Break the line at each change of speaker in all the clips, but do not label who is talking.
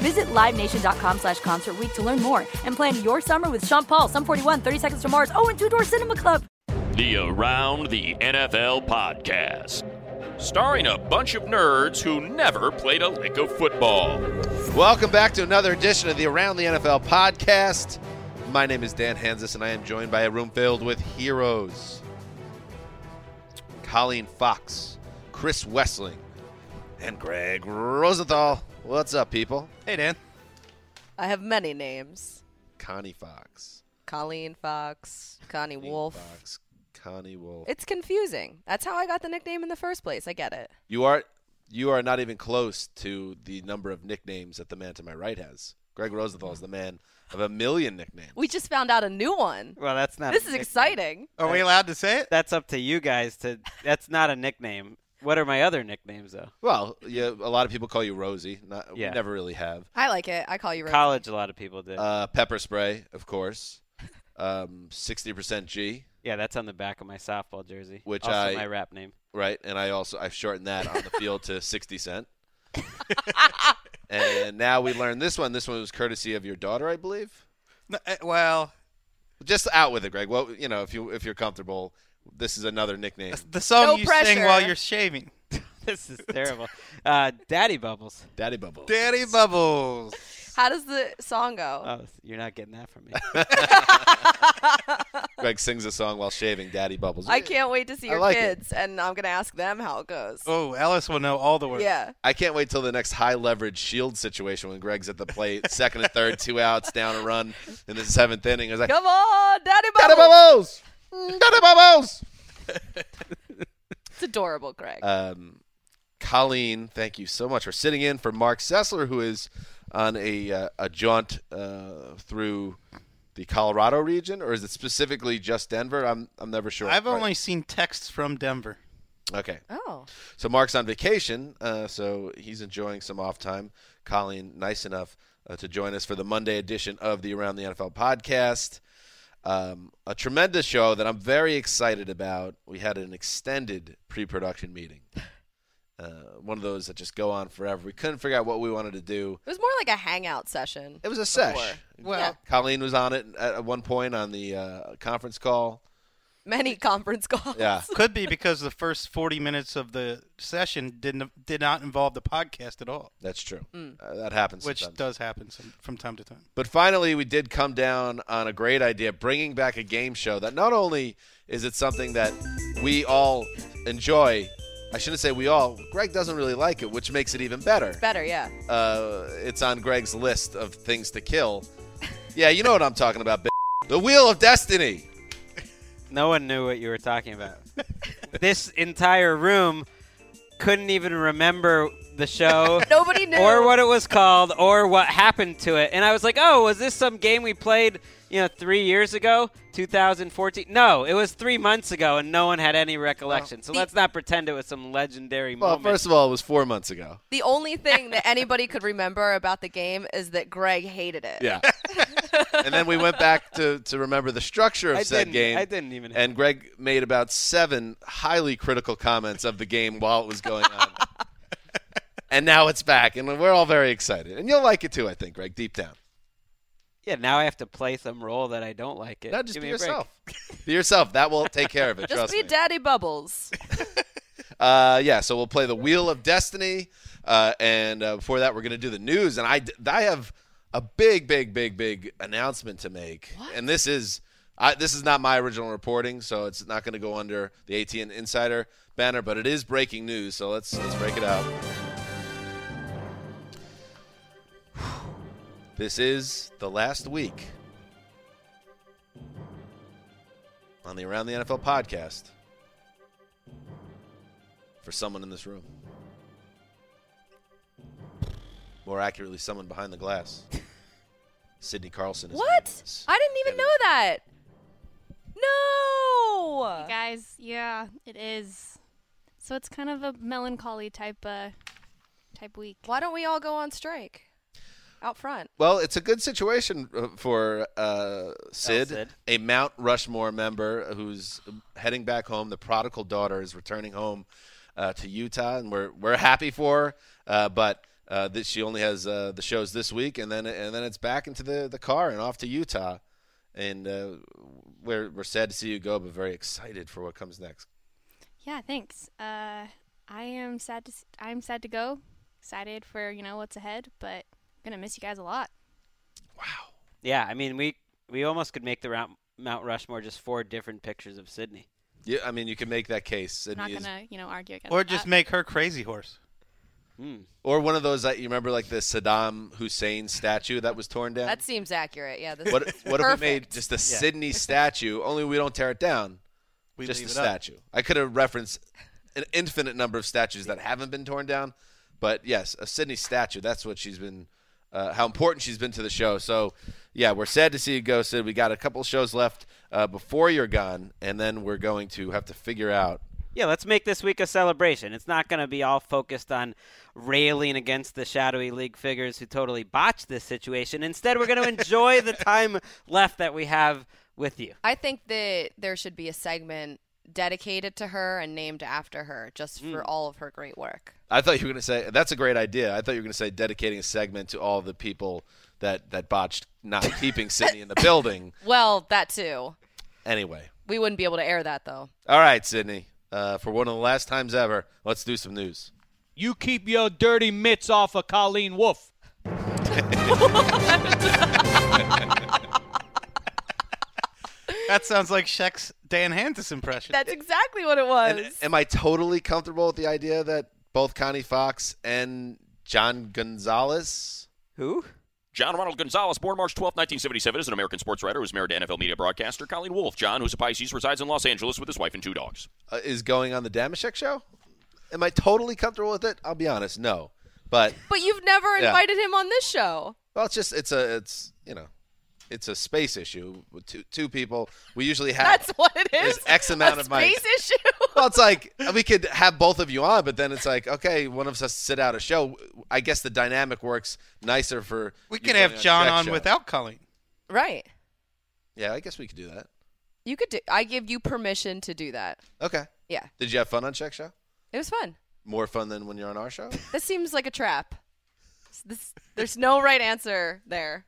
Visit LiveNation.com slash Concert Week to learn more and plan your summer with Sean Paul, Sum 41, 30 Seconds to Mars, oh, and Two Door Cinema Club.
The Around the NFL podcast, starring a bunch of nerds who never played a lick of football.
Welcome back to another edition of the Around the NFL podcast. My name is Dan Hansis, and I am joined by a room filled with heroes Colleen Fox, Chris Wessling, and Greg Rosenthal. What's up, people? Hey, Dan.
I have many names.
Connie Fox.
Colleen Fox, Connie Wolf.
Fox. Connie Wolf.
It's confusing. That's how I got the nickname in the first place. I get it.
You are you are not even close to the number of nicknames that the man to my right has. Greg Rosenthal is the man of a million nicknames.
We just found out a new one.
Well, that's not.
This
a
is
nick-
exciting.
Are we allowed to say it?
That's up to you guys to. That's not a nickname. What are my other nicknames though?
well, yeah, a lot of people call you Rosie. Not,
Yeah.
We never really have.
I like it. I call you Rosie.
College, a lot of people did.
Uh, pepper spray, of course. Um, 60% G,
yeah, that's on the back of my softball jersey.
Which
also
I-
my rap name.
right? And I also I've shortened that on the field to 60 cent. and now we learned this one. This one was courtesy of your daughter, I believe.
No, eh, well,
Just out with it, Greg. Well, you know, if you if you're comfortable, this is another nickname.
the song
No
you sing
pressure.
while you're shaving.
This is terrible. uh, Daddy Bubbles.
Daddy Bubble.
Daddy Bubbles.
How does the song go?
Uh,
Oh, you're not getting that from me.
Greg sings a song while shaving Daddy Bubbles.
I can't wait to see
I
your
like it.
kids, and I'm gonna ask them how it goes.
Oh, Alice will know all the words.
Yeah.
I can't wait till the next high leverage shield situation when Greg's at the plate, second and third, two outs, down a run in the seventh inning. It's like,
Come on, Daddy
Daddy
Bubbles.
Bubbles! Daddy Bubbles!
It's adorable, Greg.
Um, Colleen, thank you so much for sitting in for Mark Sessler, who is on a, uh, a jaunt uh, through the Colorado region, or is it specifically just Denver? I'm, I'm never sure.
I've
Right.
only seen texts from Denver.
Okay.
oh,
So Mark's on vacation, uh, so he's enjoying some off time. Colleen, nice enough uh, to join us for the Monday edition of the Around the NFL podcast. Um, a tremendous show that I'm very excited about. We had an extended pre-production meeting, uh, one of those that just go on forever. We couldn't figure out what we wanted to do.
it was more like a hangout session.
It was a sesh.
Well,
Colleen was on it at at one point on the uh, conference call.
Many conference calls.
Yeah.
could be because the first 40 minutes of the session didn't did not involve the podcast at all,
That's true. Uh, that happens.
which
sometimes.
does happen some, from time to time.
But finally, we did come down on a great idea, bringing back a game show that not only is it something that we all enjoy, I shouldn't say we all, Greg doesn't really like it, which makes it even better.
Better, yeah.
Uh, it's on Greg's list of things to kill. Yeah, you know what I'm talking about, b- The Wheel of Destiny.
no one knew what you were talking about. this entire room couldn't even remember the show.
Nobody knew.
or what it was called or what happened to it. And I was like, oh, was this some game we played, you know, three years ago, 2014. No, it was three months ago, and no one had any recollection. so let's not pretend it was some legendary
Well,
moment.
first of all, it was four months ago.
The only thing that anybody could remember about the game is that Greg hated it.
Yeah. and then we went back to, to remember the structure of
I
said
didn't-
game.
I didn't even-
And Greg made about seven highly critical comments of the game while it was going on. and now it's back, and we're all very excited. And you'll like it too, I think, Greg, deep down.
yeah, now I have to play some role that I don't like it.
No, just
Give
be
me a break.
yourself. be yourself. That will take care of it.
Just
trust
be
me.
Daddy Bubbles.
Uh, yeah, so we'll play the Wheel of Destiny, uh, and uh, before that, we're gonna do the news. And I, I have a big, big, big, big announcement to make. And this is, I, this is not my original reporting, so it's not gonna go under the ATN Insider banner, but it is breaking news. So let's let's break it out. This is the last week on the Around the NFL podcast for someone in this room. More accurately, someone behind the glass. Sydney Carlson. Is
What? I didn't even know that. No.
guys yeah it is so it's kind of a melancholy type uh type week
Why don't we all go on strike? Out front.
Well, it's a good situation uh, for uh, Sid,
Sid.
a Mount Rushmore member who's heading back home. The prodigal daughter is returning home uh, to Utah, and we're we're happy for her. Uh, but uh, this, she only has uh, the shows this week, and then and then it's back into the, the car and off to Utah. And uh, we're we're sad to see you go, but very excited for what comes next.
yeah thanks uh i am sad to s- i'm sad to go excited for you know what's ahead but gonna miss you guys a lot
Yeah, I mean, we we almost could make the round, Mount Rushmore just four different pictures of Sydney.
Yeah, I mean, you can make that case,
i'm not
Sydney, is-
gonna you know argue against
Or just
Uh,
that.
make her crazy horse.
or one of those that you remember, like the Saddam Hussein statue that was torn down.
That seems accurate. Yeah. This
What,
is
what if we made
perfect.
just a Sydney statue? Only we don't tear it down.
We
just a
leave it up.
statue. I could have referenced an infinite number of statues that haven't been torn down, but yes, a Sydney statue. That's what she's been. Uh, how important she's been to the show. So, yeah, we're sad to see you go, Sid. We got a couple shows left uh, before you're gone, and then we're going to have to figure out.
Yeah, let's make this week a celebration. It's not going to be all focused on railing against the shadowy league figures who totally botched this situation. Instead, we're going to enjoy the time left that we have with you.
I think that there should be a segment dedicated to her and named after her just
Mm.
for all of her great work.
I thought you were going to say that's a great idea. I thought you were going to say dedicating a segment to all the people that that botched not keeping Sydney in the building.
Well, that too.
Anyway.
We wouldn't be able to air that though.
All right, Sydney. Uh, for one of the last times ever, let's do some news.
You keep your dirty mitts off of Colleen Wolf.
That sounds like Shaq's Dan Hantis impression.
That's exactly what it was.
And am I totally comfortable with the idea that both Connie Fox and John Gonzalez?
Who?
John Ronald Gonzalez, born March 12, 1977, is an American sports writer who's married to NFL media broadcaster Colleen Wolfe. John, who's a Pisces, resides in Los Angeles with his wife and two dogs.
uh, is going on the Damashek show? Am I totally comfortable with it? I'll be honest, no. But
but you've never
Yeah.
invited him on this show.
well, it's just it's a it's you know it's a space issue with two two people. We usually have
That's what it
there's
is.
X amount
a
of mics.
space issue.
Well, it's like we could have both of you on, but then it's like okay, one of us has to sit out a show. I guess the dynamic works nicer for
we
you
could
going
have John
Shaq's
on
show.
without Colleen.
right.
Yeah, I guess we could do that.
You could do I give you permission to do that.
Okay.
Yeah.
Did you have fun on Check Show?
It was fun.
More fun than when you're on our show?
This seems like a trap. This, there's no right answer there.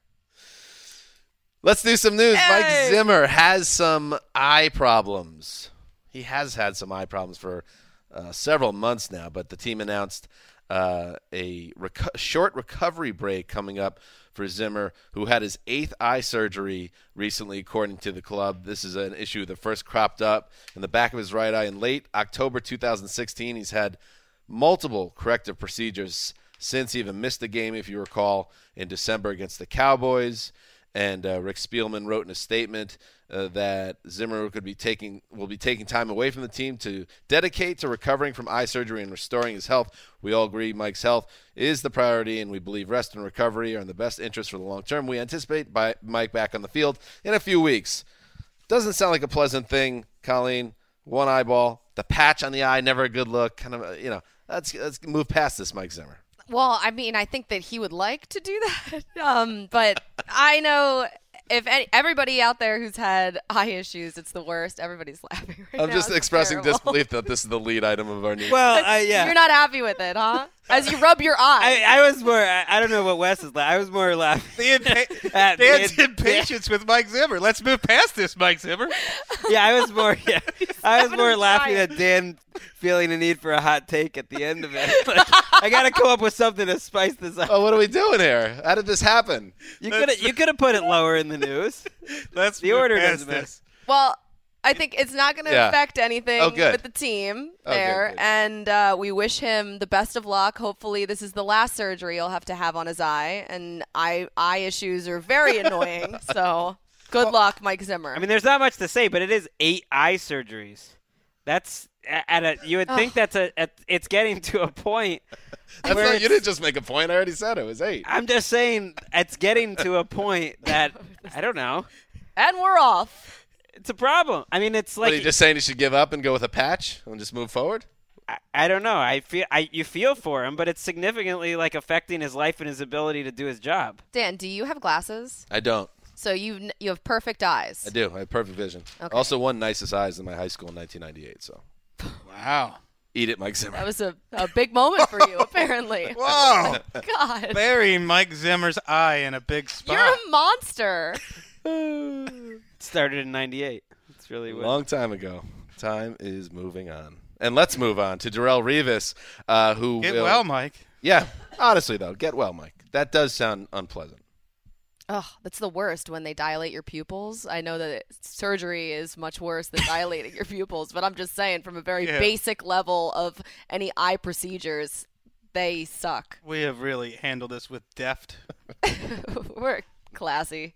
Let's do some news.
Hey!
Mike Zimmer has some eye problems. He has had some eye problems for uh, several months now, but the team announced uh, a reco- short recovery break coming up for Zimmer, who had his eighth eye surgery recently, according to the club. This is an issue that first cropped up in the back of his right eye in late October 2016. He's had multiple corrective procedures since he even missed the game, if you recall, in December against the Cowboys. And uh, Rick Spielman wrote in a statement uh, that Zimmer could be taking will be taking time away from the team to dedicate to recovering from eye surgery and restoring his health. We all agree Mike's health is the priority, and we believe rest and recovery are in the best interest for the long term. We anticipate by Mike back on the field in a few weeks. Doesn't sound like a pleasant thing, Colleen. One eyeball, the patch on the eye, never a good look. Kind of, uh, you know. Let's let's move past this, Mike Zimmer.
Well, I mean, I think that he would like to do that, um, but I know if any, everybody out there who's had eye issues, it's the worst. Everybody's laughing right
I'm
now.
just
It's
expressing
terrible.
disbelief that this is the lead item of our news.
Well, I, yeah.
You're not happy with it, huh? As you rub your eye.
I, I was more. I, I don't know what Wes is like. I was more laughing.
The impa-
at the
Dan's
in-
impatience with Mike Zimmer. Let's move past this, Mike Zimmer.
Yeah, I was more. Yeah, I was more
I'm
laughing
tired.
at Dan feeling the need for a hot take at the end of it. Like, I gotta come up with something to spice this up.
Oh, what are we doing here? How did this happen?
You could you could have put it lower in the news.
Let's
The
move
order
past
doesn't matter.
this.
well, I think it's not going to
Yeah.
affect anything
Oh, good.
with the team
Oh, good,
there.
good.
And uh, we wish him the best of luck. Hopefully, this is the last surgery he'll have to have on his eye. And eye, eye issues are very annoying. So good luck, Mike Zimmer.
I mean, there's not much to say, but it is eight eye surgeries. That's a- at a. You would think that's a. At, it's getting to a point.
That's not,
where
you
it's-
didn't just make a point. I already said it was eight.
I'm just saying it's getting to a point that I don't know.
and we're off.
It's a problem. I mean, it's
What,
like
are you just saying you should give up and go with a patch and just move forward?
I, I don't know. I feel I you feel for him, but it's significantly like affecting his life and his ability to do his job.
Dan, do you have glasses?
I don't.
So you n- you have perfect eyes.
I do. I have perfect vision. Also, won nicest eyes in my high school in 1998. So
Wow.
eat it, Mike Zimmer.
That was a, a big moment for you, apparently.
Whoa.
God,
Burying Mike Zimmer's eye in a big spot.
you're a monster.
It started in '98. It's really
a
what.
long time ago. Time is moving on, and let's move on to Darrell Revis, uh, who
Get
will-
well, Mike.
Yeah, honestly though, get well, Mike. That does sound unpleasant.
Ugh, that's the worst when they dilate your pupils. I know that it, surgery is much worse than dilating your pupils, but I'm just saying, from a very
Yeah.
basic level of any eye procedures, they suck.
We have really handled this with deft.
We're classy.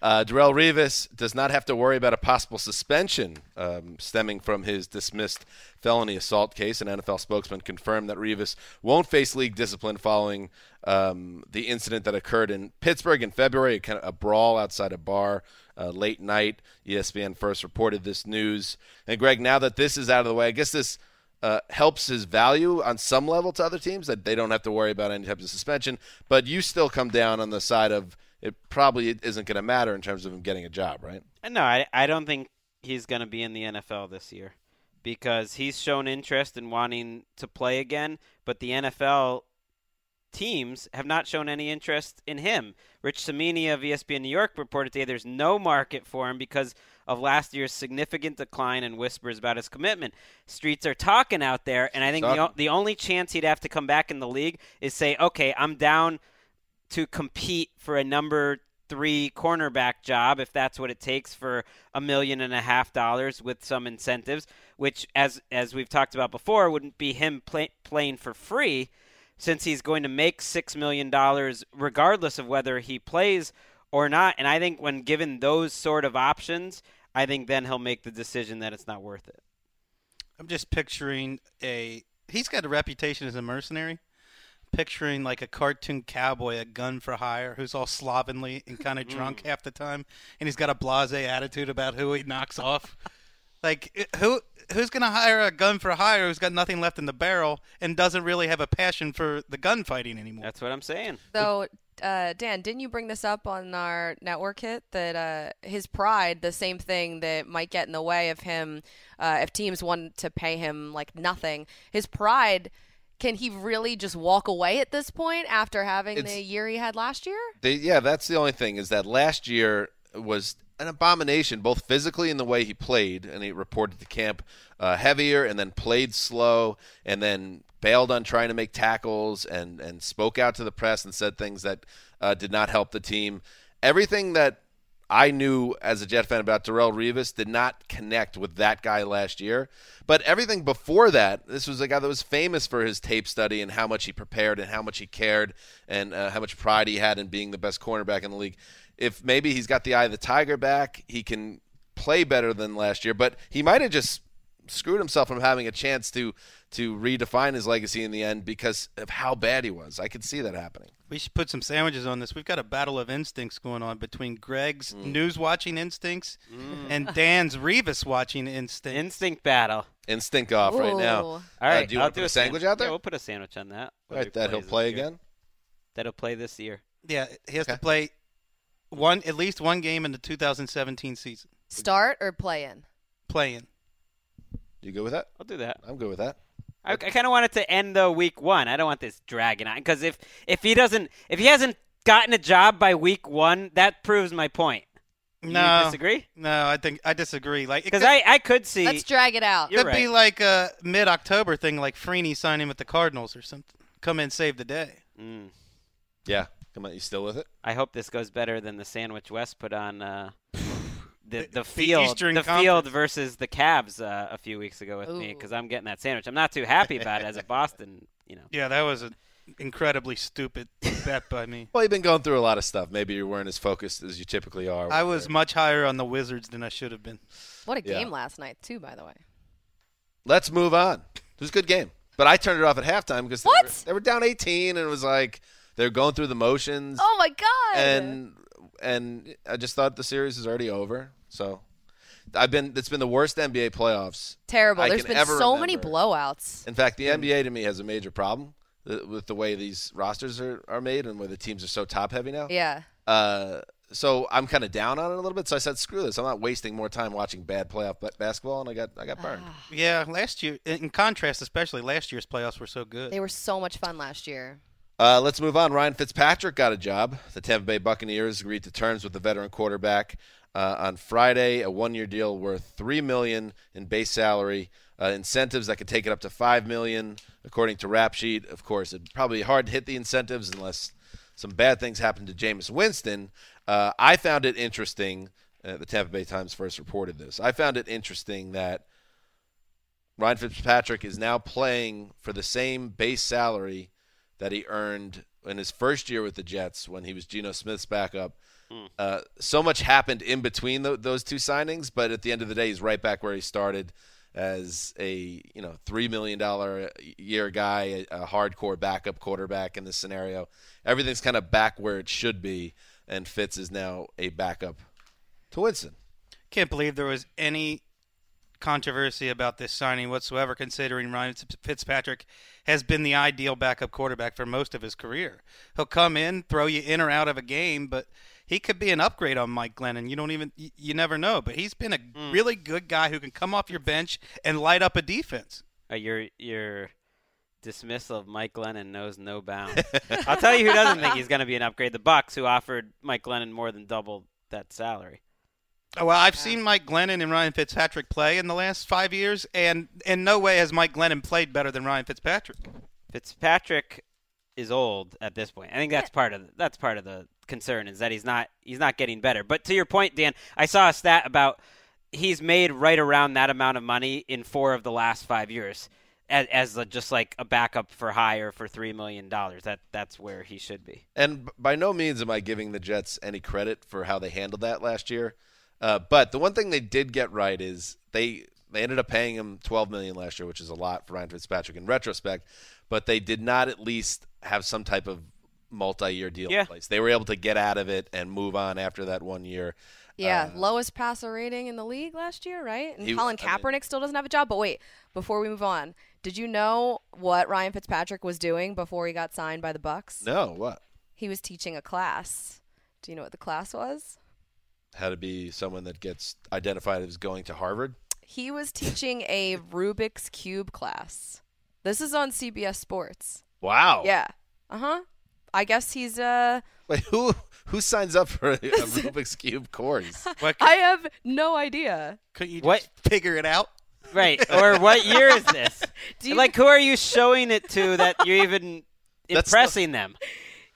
Uh, Darrell Revis does not have to worry about a possible suspension um, stemming from his dismissed felony assault case. An NFL spokesman confirmed that Revis won't face league discipline following um, the incident that occurred in Pittsburgh in February, a, kind of a brawl outside a bar uh, late night. ESPN first reported this news. And Greg, now that this is out of the way, I guess this uh, helps his value on some level to other teams that they don't have to worry about any type of suspension. But you still come down on the side of it probably isn't going to matter in terms of him getting a job, right?
Uh, No, I I don't think he's going to be in the NFL this year because he's shown interest in wanting to play again, but the NFL teams have not shown any interest in him. Rich Samini of E ESPN New York reported today there's no market for him because of last year's significant decline and whispers about his commitment. Streets are talking out there, and I think the, o-
Talking.
the only chance he'd have to come back in the league is say, okay, I'm down to compete for a number three cornerback job if that's what it takes for a million and a half dollars with some incentives which as as we've talked about before wouldn't be him play, playing for free since he's going to make six million dollars regardless of whether he plays or not. And I think when given those sort of options, I think then he'll make the decision that it's not worth it.
I'm just picturing a. He's got a reputation as a mercenary. Picturing like a cartoon cowboy, a gun for hire, who's all slovenly and kind of drunk half the time, and he's got a blasé attitude about who he knocks off. Like it- who who's gonna hire a gun for hire who's got nothing left in the barrel and doesn't really have a passion for the gunfighting anymore?
That's what I'm saying.
Though, uh, Dan, didn't you bring this up on our network hit that uh, his pride, the same thing that might get in the way of him uh, if teams want to pay him like nothing, his pride. Can he really just walk away at this point after having
It's-
the year he had last year?
They, yeah, that's the only thing is that last year was an abomination, both physically in the way he played, and he reported to camp uh, heavier, and then played slow, and then bailed on trying to make tackles, and and spoke out to the press and said things that uh, did not help the team. Everything that I knew as a Jet fan about Darrell Revis did not connect with that guy last year. But everything before that, this was a guy that was famous for his tape study and how much he prepared and how much he cared and uh, how much pride he had in being the best cornerback in the league. If maybe he's got the eye of the Tiger back, he can play better than last year, but he might have just screwed himself from having a chance to to redefine his legacy in the end because of how bad he was. I could see that happening.
We should put some sandwiches on this. We've got a battle of instincts going on between Greg's
Mm.
news watching instincts and Dan's Revis watching instincts.
Instinct battle.
Instinct off right now.
Ooh.
All
All right.
Uh, do you
I'll
want to
do
put a sandwich out there?
Yeah, we'll put a sandwich on that.
All right, that he'll play again.
That'll play this year.
yeah, he has to
Okay.
play one at least one game in the 2017 season.
Start or play in?
Playing.
You good with that?
I'll do that.
I'm good with that.
I, I kind of want it to end though week one. I don't want this dragging on because if if he doesn't if he hasn't gotten a job by week one, that proves my point. You
No.
disagree?
No, I think I disagree. Like it
Because
could,
I I could see.
Let's drag it out.
You're
could be
right.
like a mid-October thing, like Freeney signing with the Cardinals or something. Come in, save the day.
Mm.
Yeah. Come on, you still with it?
I hope this goes better than the sandwich West put on. Uh, The, the field
Eastern
the
Conference.
field versus the Cavs uh, a few weeks ago with me me
Ooh.
because I'm getting that sandwich. I'm not too happy about it as a Boston, you know.
Yeah, that was an incredibly stupid bet by me.
Well, you've been going through a lot of stuff. Maybe you weren't as focused as you typically are.
I was much higher on the Wizards than I should have been.
What a
Yeah.
game last night, too, by the way.
Let's move on. It was a good game, but I turned it off at halftime because they,
What?
were- they were down 18, and it was like they were going through the motions.
Oh my god!
and and I just thought the series is already over. So I've been it's been the worst NBA playoffs.
Terrible.
I
There's
can
been
ever
so many
remember.
blowouts.
In fact, the NBA to me has a major problem th- with the way these rosters are, are made and where the teams are so top heavy now.
Yeah.
Uh, so I'm kind of down on it a little bit. So I said, screw this. I'm not wasting more time watching bad playoff ba- basketball, and I got I got burned.
Yeah, last year, in contrast, especially last year's playoffs were so good.
They were so much fun last year.
Uh, let's move on. Ryan Fitzpatrick got a job. The Tampa Bay Buccaneers agreed to terms with the veteran quarterback uh, on Friday. A one-year deal worth three million in base salary, uh, incentives that could take it up to five million, according to Rap Sheet. Of course, it'd probably be hard to hit the incentives unless some bad things happened to Jameis Winston. Uh, I found it interesting. Uh, the Tampa Bay Times first reported this. I found it interesting that Ryan Fitzpatrick is now playing for the same base salary that he earned in his first year with the Jets when he was Geno Smith's backup. Uh, so much happened in between tho- those two signings, but at the end of the day, he's right back where he started as a you know three million dollar uh, year guy, a, a hardcore backup quarterback in this scenario. Everything's kind of back where it should be, and Fitz is now a backup to Winston.
Can't believe there was any controversy about this signing whatsoever, considering Ryan Fitzpatrick has been the ideal backup quarterback for most of his career. He'll come in, throw you in or out of a game, but he could be an upgrade on Mike Glennon. You don't even you, you never know, but he's been a really good guy who can come off your bench and light up a defense.
Uh, your your dismissal of Mike Glennon knows no bounds. I'll tell you who doesn't think he's going to be an upgrade: the Bucks, who offered Mike Glennon more than double that salary.
Oh, well, I've seen Mike Glennon and Ryan Fitzpatrick play in the last five years, and in no way has Mike Glennon played better than Ryan Fitzpatrick.
Fitzpatrick is old at this point. I think that's part of the, that's part of the concern is that he's not he's not getting better. But to your point, Dan, I saw a stat about he's made right around that amount of money in four of the last five years as, as a, just like a backup for hire for three million dollars. That that's where he should be.
And b- by no means am I giving the Jets any credit for how they handled that last year. Uh, but the one thing they did get right is they they ended up paying him 12 million last year, which is a lot for Ryan Fitzpatrick in retrospect. But they did not at least have some type of multi-year deal
Yeah.
in place. They were able to get out of it and move on after that one year.
Yeah, lowest passer rating in the league last year, right? And
Uh, He-
Colin
I mean-
Kaepernick still doesn't have a job. But wait, before we move on, did you know what Ryan Fitzpatrick was doing before he got signed by the Bucks?
No, what?
He was teaching a class. Do you know what the class was?
How to be someone that gets identified as going to Harvard?
He was teaching a Rubik's cube class. This is on CBS Sports.
Wow.
Yeah. Uh huh. I guess he's uh
Wait, who who signs up for a, a Rubik's cube course?
What,
I have no idea.
couldn't you just
What?
figure it out?
Right. Or what year is this?
Do you
like, who are you showing it to that you're even
That's
impressing them?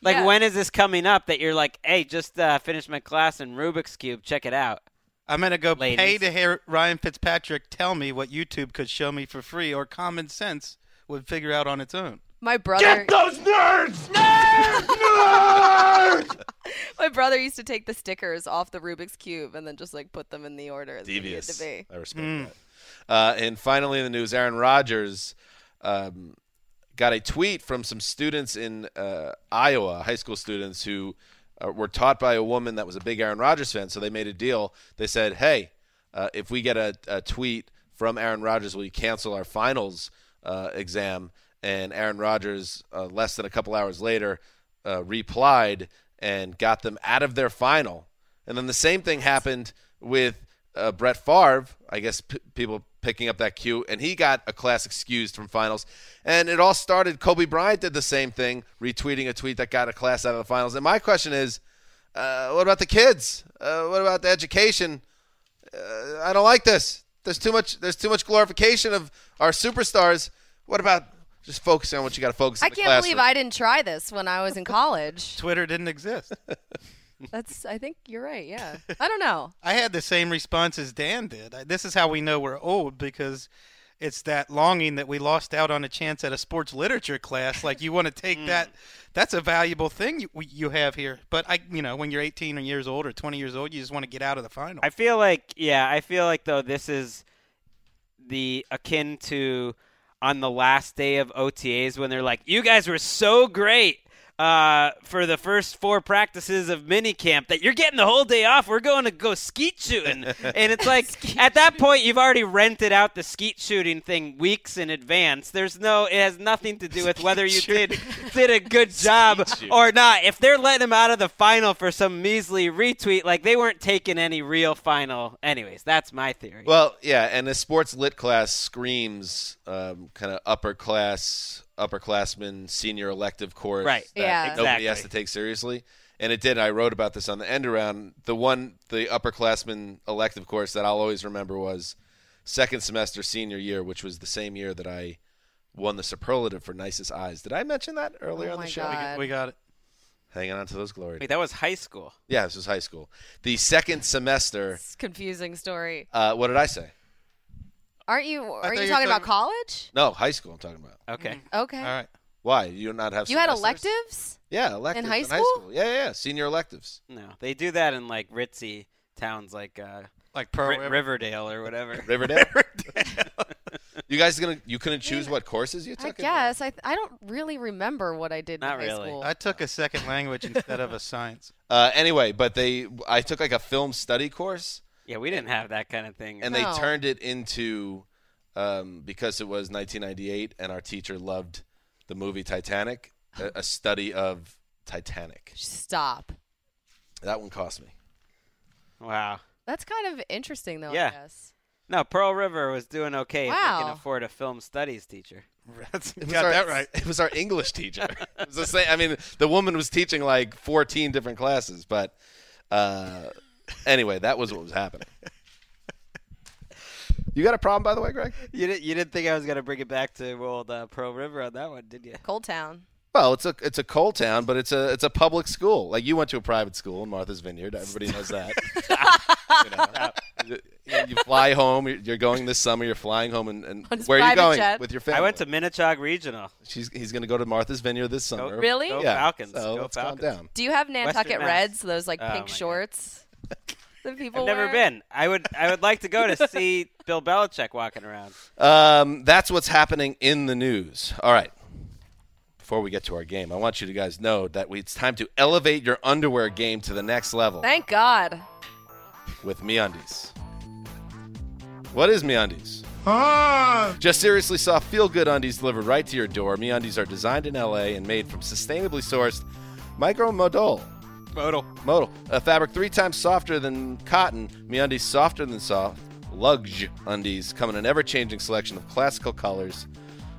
Like,
Yeah.
when is this coming up that you're like, hey, just uh, finished my class in Rubik's Cube. Check it out.
I'm gonna go pay
Ladies.
to hear Ryan Fitzpatrick tell me what YouTube could show me for free or common sense would figure out on its own.
My brother.
Those nerds!
My brother used to take the stickers off the Rubik's cube and then just like put them in the order as
Devious.
they needed to
I respect that. Uh, and finally, in the news, Aaron Rodgers um, got a tweet from some students in uh, Iowa, high school students who uh, were taught by a woman that was a big Aaron Rodgers fan. So they made a deal. They said, "Hey, uh, if we get a, a tweet from Aaron Rodgers, will you cancel our finals uh, exam?" And Aaron Rodgers, uh, less than a couple hours later, uh, replied and got them out of their final. And then the same thing happened with uh, Brett Favre. I guess p- people picking up that cue, and he got a class excused from finals. And it all started. Kobe Bryant did the same thing, retweeting a tweet that got a class out of the finals. And my question is, uh, what about the kids? Uh, what about the education? Uh, I don't like this. There's too much. There's too much glorification of our superstars. What about just focusing on what you got to focus?
be. I
on the
can't believe
classroom?
I didn't try this when I was in college.
Twitter didn't exist.
That's. I think you're right. Yeah. I don't know.
I had the same response as Dan did. I- This is how we know we're old because it's that longing that we lost out on a chance at a sports literature class. Like you want to take that. That's a valuable thing you, we- you have here. But I, you know, when you're 18 or years old or 20 years old, you just want to get out of the final.
I feel like yeah, I feel like though this is the akin to on the last day of OTAs when they're like, "You guys were so great." Uh, for the first four practices of minicamp, that you're getting the whole day off. We're going to go skeet shooting, and it's like at that point you've already rented out the skeet shooting thing weeks in advance. There's no, it has nothing to do with whether you did did a good job or not. If they're letting him out of the final for some measly retweet, like they weren't taking any real final. Anyways, that's my theory.
Well, yeah, and the sports lit class screams um, kind of upper class, upperclassman, senior elective course.
Right.
that
Yeah.
Nobody has to
Exactly.
take seriously. And it did. I wrote about this on the end around. The one, the upperclassman elective course that I'll always remember was second semester senior year, which was the same year that I won the superlative for nicest eyes. Did I mention that earlier
Oh
on the
my
show?
God.
we got it.
Hanging on to those glory.
Wait, that was high school.
Yeah, this was high school. The second semester.
It's a confusing story.
Uh, what did I say?
Aren't you? Are
thought
you
you
talking,
were
about
talking-
college?
No, high school. I'm talking about.
Okay.
Okay.
All right.
Why do you not have?
You had
semesters?
electives.
Yeah, electives
high school?
Yeah, yeah, yeah, senior electives.
No, they do that in like ritzy towns like uh,
Like Pearl
Ri-
River.
Riverdale or whatever.
Riverdale. you guys gonna you couldn't choose what courses you took?
I
in-
guess. I. Th- I don't really remember what I did in
Not
high
really.
school.
I took a second language instead of a science.
Uh, anyway, but they I took like a film study course,
yeah, we didn't have that kind of thing.
and
No.
they turned it into um, because it was 1998, and our teacher loved the movie Titanic, a, a study of Titanic.
Stop.
That one cost me.
wow.
That's kind of interesting, though. I
Yeah.
guess.
No, Pearl River was doing okay. If they
Wow.
can afford a film studies teacher.
That's,
It was
got
our-
that right.
It was our English teacher. It was the same- I mean, the woman was teaching like 14 different classes, but uh, anyway, that was what was happening. You got a problem, by the way, Greg?
You didn't. You didn't think I was gonna bring it back to old uh, Pearl River on that one, did you?
Cold Town.
Well, it's a it's a coal town, but it's a it's a public school. Like you went to a private school in Martha's Vineyard. Everybody knows that. you, know, you fly home. You're, you're going this summer. You're flying home, and, and
On his
where are you
private
going
jet.
with your family?
I went to Minichog Regional.
She's he's going to go to Martha's Vineyard this
Go-
summer.
Really?
Go
Yeah.
Falcons.
So
go
let's
Falcons.
calm down.
Do you have Nantucket
Mass.
Reds? Those like
Oh, my
pink
God.
shorts. that people
I've never
wear?
been. I would. I would like to go to see Bill Belichick walking around.
Um, that's what's happening in the news. All right. Before we get to our game, I want you to guys know that we, it's time to elevate your underwear game to the next level
Thank God.
with MeUndies. What is MeUndies? Just seriously soft, feel-good undies delivered right to your door. MeUndies are designed in LA and made from sustainably sourced micromodal
Modal.
modal. A fabric three times softer than cotton, MeUndies softer than soft. Luge undies come in an ever-changing selection of classical colors,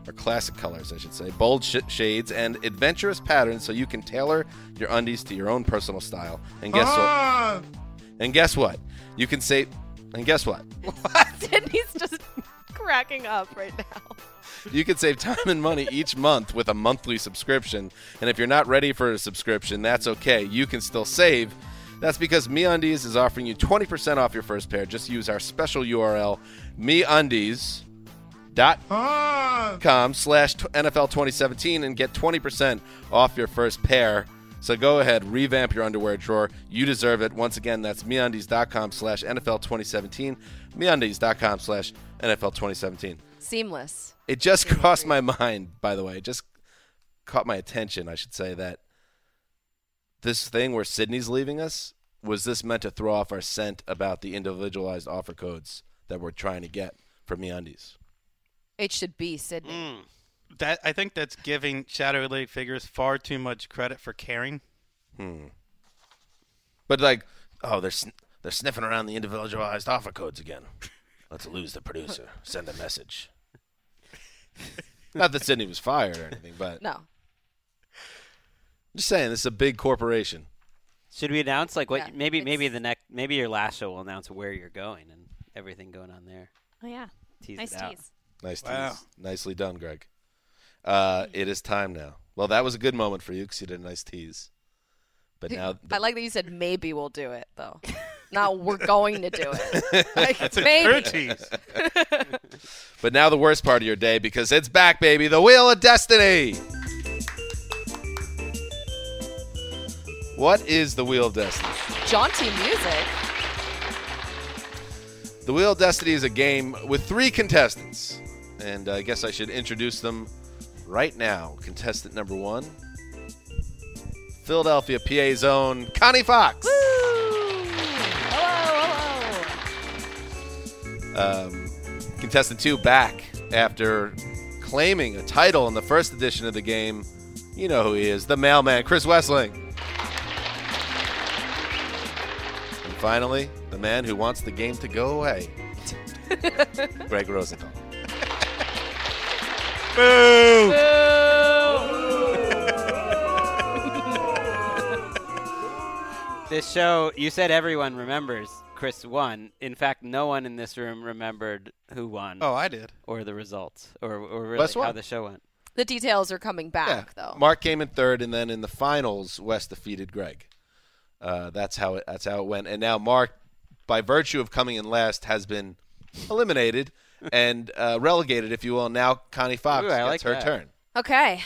or classic colors, I should say, bold sh- shades and adventurous patterns, so you can tailor your undies to your own personal style. And guess what? And guess what? You can say. And guess what?
Sydney's just cracking up right now.
You can save time and money each month with a monthly subscription. And if you're not ready for a subscription, that's okay. You can still save. That's because MeUndies is offering you 20% off your first pair. Just use our special URL, MeUndies.com slash NFL 2017 and get 20% off your first pair. So go ahead, revamp your underwear drawer. You deserve it. Once again, that's MeUndies.com slash NFL 2017. MeUndies.com slash NFL 2017.
Seamless.
It just crossed my mind, by the way. It just caught my attention, I should say, that this thing where Sydney's leaving us was this meant to throw off our scent about the individualized offer codes that we're trying to get for MeUndies?
It should be Sydney.
Mm.
That I think that's giving Shadow League figures far too much credit for caring.
But like, oh, they're sn- they're sniffing around the individualized offer codes again. Let's lose the producer. Send a message. Not that Sydney was fired or anything, but
No.
just saying, this is a big corporation.
Should we announce like what?
Yeah,
maybe maybe
it's-
the next maybe your last show will announce where you're going and everything going on there.
Oh yeah,
Tease
nice
it out.
tease.
Nice,
Wow.
tease. nicely done, Greg. Uh, it is time now. Well, that was a good moment for you because you did a nice tease. But now,
I like that you said maybe we'll do it though. Not we're going to do it. Like,
Her
maybe.
tease.
but now the worst part of your day because it's back, baby. The wheel of destiny. What is the wheel of destiny?
Jaunty music.
The Wheel of Destiny is a game with three contestants, and I guess I should introduce them right now. Contestant number one, Philadelphia PA's own Connie Fox.
Hello, hello.
Um, contestant two back after claiming a title in the first edition of the game. You know who he is, the mailman, Chris Wessling. And finally, the man who wants the game to go away, Greg Rosenthal.
This show, you said everyone remembers Chris won. In fact, no one in this room remembered who won
Oh, I did.
or the results or, or really
Wes
how
won.
the show went.
The details are coming back though.
Mark came in third, and then in the finals, West defeated Greg. Uh, that's how it. That's how it went. And now Mark, by virtue of coming in last, has been eliminated and uh, relegated, if you will. Now Connie Fox
Ooh, I
gets
like
her
that.
turn,
okay.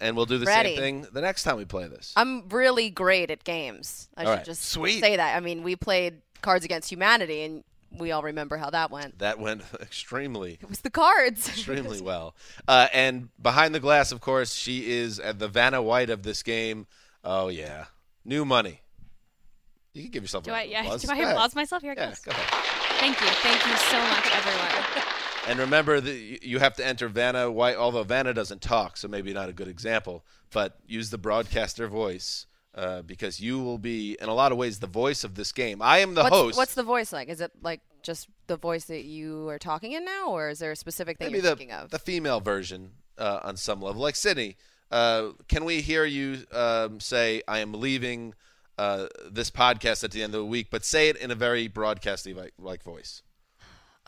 and we'll do the
Ready. Uh,
same thing the next time we play this.
I'm really great at games. I
All
should
right.
just
Sweet.
say that. I mean, we played Cards Against Humanity and we all remember how that went.
that went extremely,
It was the cards.
extremely well. Uh, and behind the glass, of course, she is at the Vanna White of this game. Oh yeah, new money. You can give yourself a
Do I?
round of
Yeah.
applause.
Do I
Go ahead.
applause myself? Here it
Yeah,
goes.
go ahead.
Thank you. Thank you so much, everyone.
And remember that y- you have to enter Vanna White, although Vanna doesn't talk, so maybe not a good example, but use the broadcaster voice uh, because you will be, in a lot of ways, the voice of this game. I am the
what's,
host.
what's the voice like? Is it like just the voice that you are talking in now, or is there a specific thing
maybe
you're
the,
thinking of?
the female version uh, on some level? Like Sydney, uh, can we hear you um, say, I am leaving uh, this podcast at the end of the week, but say it in a very broadcasty like, like voice?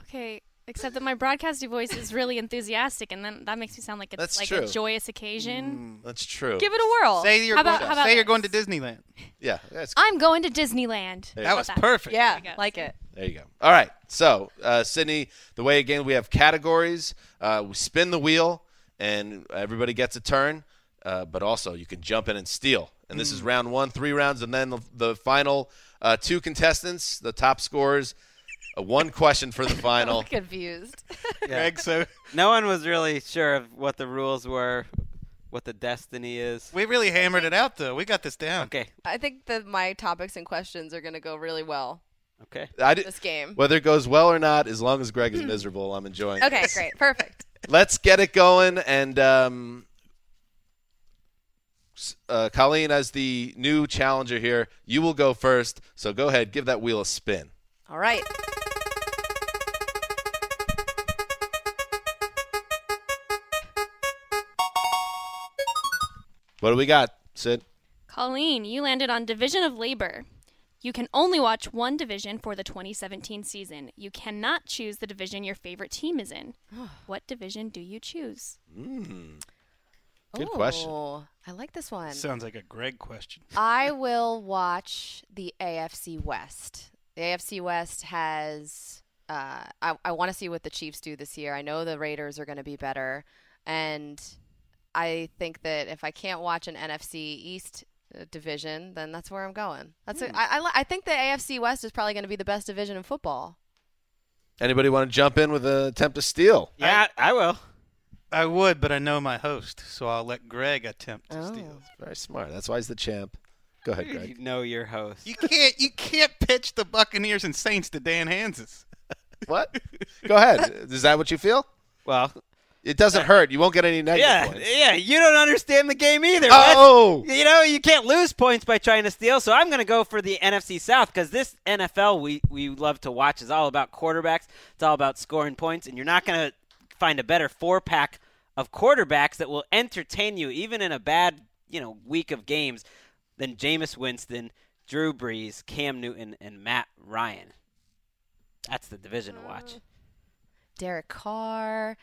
Okay. Except that my broadcasting voice is really enthusiastic, and then that makes me sound like it's
That's
like
true.
a joyous occasion.
That's true.
Give it a whirl.
Say you're
how about,
going,
how about
say you're going to
this?
Disneyland.
yeah, that's
I'm going to Disneyland.
There you
That
go.
was perfect.
yeah,
There you go.
like it.
There you go. All right. So, uh, Sydney, the way again, we have categories. Uh, we spin the wheel, and everybody gets a turn. Uh, but also, you can jump in and steal. And this
Mm.
is round one, three rounds, and then the, the final uh, two contestants, the top scorers, uh, one question for the final.
Confused.
Greg, so
No one was really sure of what the rules were, what the destiny is.
we really hammered it out, though. We got this down.
Okay,
I think that my topics and questions are going to go really well
okay.
I did,
this game.
whether it goes well or not, as long as Greg is miserable, I'm enjoying.
Okay,
this.
great, perfect.
Let's get it going. And um, s- uh, Colleen, as the new challenger here, you will go first. So go ahead, give that wheel a spin.
All right.
What do we got, Sid?
Colleen, you landed on division of labor. You can only watch one division for the 2017 season. You cannot choose the division your favorite team is in. what division do you choose?
Good question.
Oh, I like this one.
Sounds like a Greg question.
I will watch the AFC West. The AFC West has. Uh, I, I want to see what the Chiefs do this year. I know the Raiders are going to be better. And I think that if I can't watch an NFC East uh, division, then that's where I'm going. That's a, I, I, li- I think the AFC West is probably going to be the best division in football.
Anybody want to jump in with an attempt to steal?
Yeah, I will.
I would, but I know my host, so I'll let Greg attempt to steal.
Oh.
Very smart. That's why he's the champ. Go ahead,
You
Greg.
know your host.
You can't you can't pitch the Buccaneers and Saints to Dan Hanses.
what? Go ahead. Is that what you feel?
Well,
It doesn't hurt. You won't get any negative
yeah,
points.
yeah. You don't understand the game either. Wes.
Oh,
You know, you can't lose points by trying to steal, so I'm going to go for the NFC South because this NFL we, we love to watch is all about quarterbacks. It's all about scoring points, and you're not going to find a better four pack of quarterbacks that will entertain you even in a bad you know week of games than Jameis Winston, Drew Brees, Cam Newton, and Matt Ryan. That's the division to watch.
Derek Carr.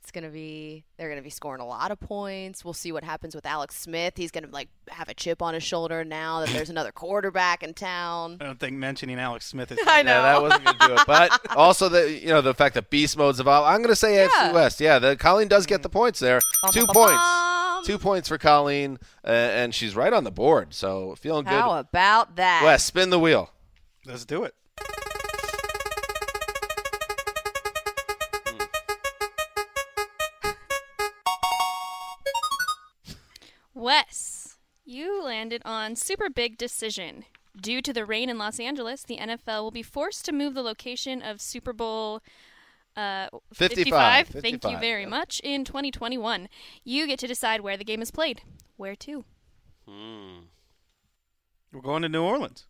It's gonna be they're gonna be scoring a lot of points. We'll see what happens with Alex Smith. He's gonna like have a chip on his shoulder now that there's another quarterback in town.
I don't think mentioning Alex Smith is
I
yeah,
know.
that wasn't gonna do it. But also the you know the fact that beast modes evolve. I'm gonna say AFC
Yeah. Mm.
West. Yeah, the Colleen does get the points there. Two points.
bum.
Two points for Colleen, uh, and she's right on the board. So feeling good.
How about that?
Wes, spin the wheel.
Let's do it.
Hmm. Wes, you landed on super big decision. Due to the rain in Los Angeles, the NFL will be forced to move the location of Super Bowl uh,
55.
Thank you
55,
very
yeah.
much. In 2021, you get to decide where the game is played. Where to?
We're going to New Orleans.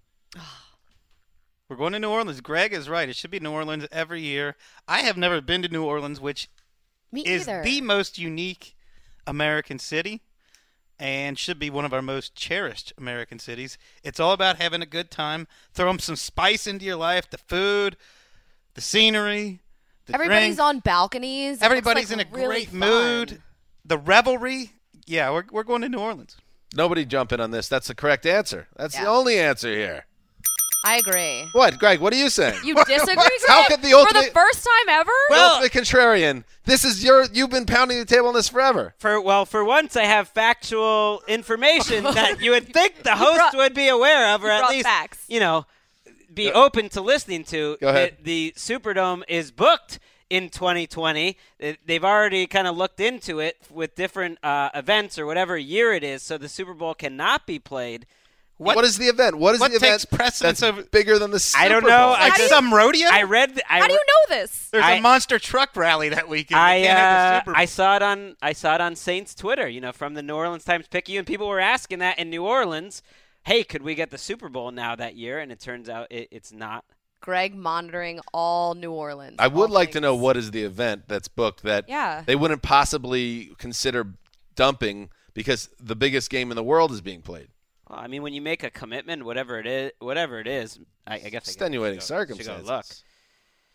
We're going to New Orleans. Greg is right. It should be New Orleans every year. I have never been to New Orleans, which
Me
is
either.
the most unique American city and should be one of our most cherished American cities. It's all about having a good time, throwing some spice into your life, the food, the scenery, the
Everybody's
drink.
on balconies. It looks
Everybody's
like
in a
really
great
fun.
mood. The revelry. Yeah, we're, we're going to New Orleans.
Nobody jump in on this. That's the correct answer. That's the
Yeah.
only answer here.
I agree.
What, Greg? What are you saying?
You disagree?
How
Greg?
could the ultimate
for the first time ever?
well, the contrarian? This is your. You've been pounding the table on this forever.
For well, for once, I have factual information that you would think the host
brought-
would be aware of, or
you
at
brought
least
facts.
you know, be open to listening to.
Go ahead.
That The, Superdome is booked in 2020. They- They've already kind of looked into it with different uh, events or whatever year it is, so the Super Bowl cannot be played.
what is the event? What is
what
the event
takes precedence
that's
over-
bigger than the Super
I don't
Bowl?
know. I
Like
just-
some rodeo?
I read. th- I
How do
re-
you know this?
There's a
I-
monster truck rally that weekend.
I,
We can't have the
uh,
Super
I saw it on I saw it on Saints Twitter, you know, from the New Orleans Times Picayune. People were asking that in New Orleans, hey, could we get the Super Bowl now that year? And it turns out it, it's not.
Greg monitoring all New Orleans.
I would
all
like to
things.
know what is the event that's booked that
Yeah.
they wouldn't possibly consider dumping because the biggest game in the world is being played.
Well, I mean, when you make a commitment, whatever it is, whatever it is, I, I guess I guess I
Extenuating
should go- should go
circumstances.
look.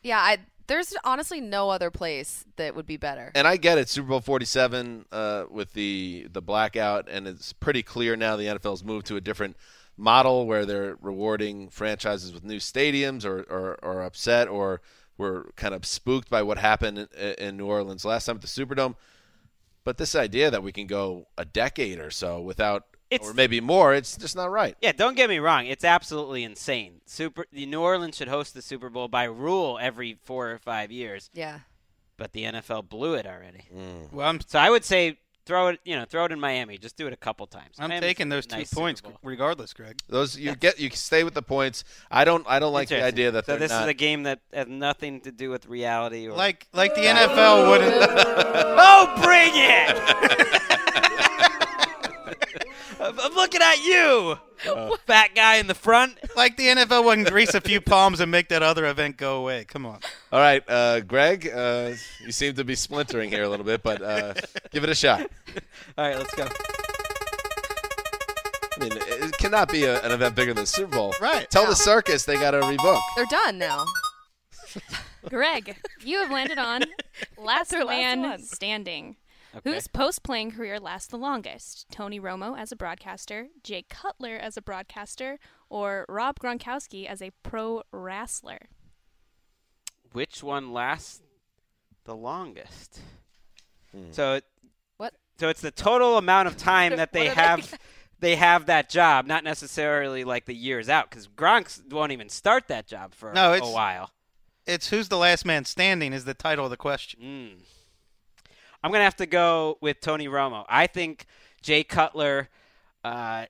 Yeah, I, there's honestly no other place that would be better.
And I get it, Super Bowl 47 uh, with the the blackout, and it's pretty clear now the NFL's moved to a different model where they're rewarding franchises with new stadiums or, or, or upset or were kind of spooked by what happened in, in New Orleans last time at the Superdome. But this idea that we can go a decade or so without,
It's-
or maybe more, it's just not right.
Yeah, don't get me wrong. It's absolutely insane. Super, the New Orleans should host the Super Bowl by rule every four or five years,
Yeah.
but the NFL blew it already.
Mm.
Bowl. Well, I'm,
So I would say throw it, you know, throw it in Miami. Just do it a couple times.
I'm
Miami's
taking
a
those
nice
two
Super
points
Bowl.
regardless, Greg.
Those you get, you stay with the points. I don't, I don't like the
Interesting.
idea that
so
they're
this
not.
is a game that has nothing to do with reality or
Like like the NFL wouldn't.
oh bring it I'm I'm looking at you
Oh.
fat guy in the front
Like the NFL wouldn't grease a few palms and make that other event go away. Come on.
All right, uh, Greg, uh, you seem to be splintering here a little bit, but uh, give it a shot.
all right let's go
mean, it cannot be a, an event bigger than the Super Bowl.
Right.
Tell the circus they got to rebook.
They're done now.
Greg, you have landed on last
Their last
man
one.
standing.
Okay.
Whose post playing career lasts the longest? Tony Romo as a broadcaster, Jay Cutler as a broadcaster, or Rob Gronkowski as a pro wrestler?
Which one lasts the longest?
Hmm.
So it,
What?
So it's the total amount of time that they
What are they-
have they have that job, not necessarily like the years out, because Gronk won't even start that job for
No,
a
it's-
while.
It's who's the last man standing is the title of the question.
Mm. I'm gonna have to go with Tony Romo. I think Jay Cutler uh,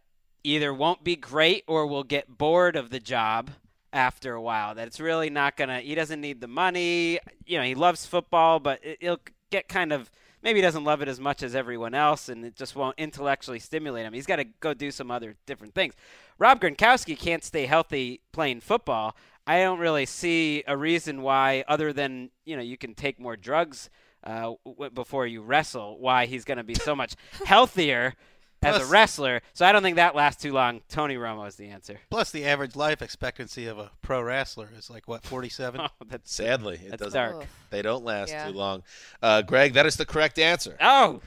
either won't be great or will get bored of the job after a while. That it's really not gonna. He doesn't need the money. You know, he loves football, but it, he'll get kind of maybe he doesn't love it as much as everyone else, and it just won't intellectually stimulate him. He's got to go do some other different things. Rob Gronkowski can't stay healthy playing football. I don't really see a reason why, other than you know, you can take more drugs uh, w- before you wrestle. Why he's going to be so much healthier as a
Plus-
wrestler? So I don't think that lasts too long. Tony Romo is the answer.
Plus, the average life expectancy of a pro wrestler is like what, 47?
Oh, that's
Sadly, it
that's
doesn't.
dark.
They don't last
Yeah.
too long. Uh, Greg, that is the correct answer.
Oh,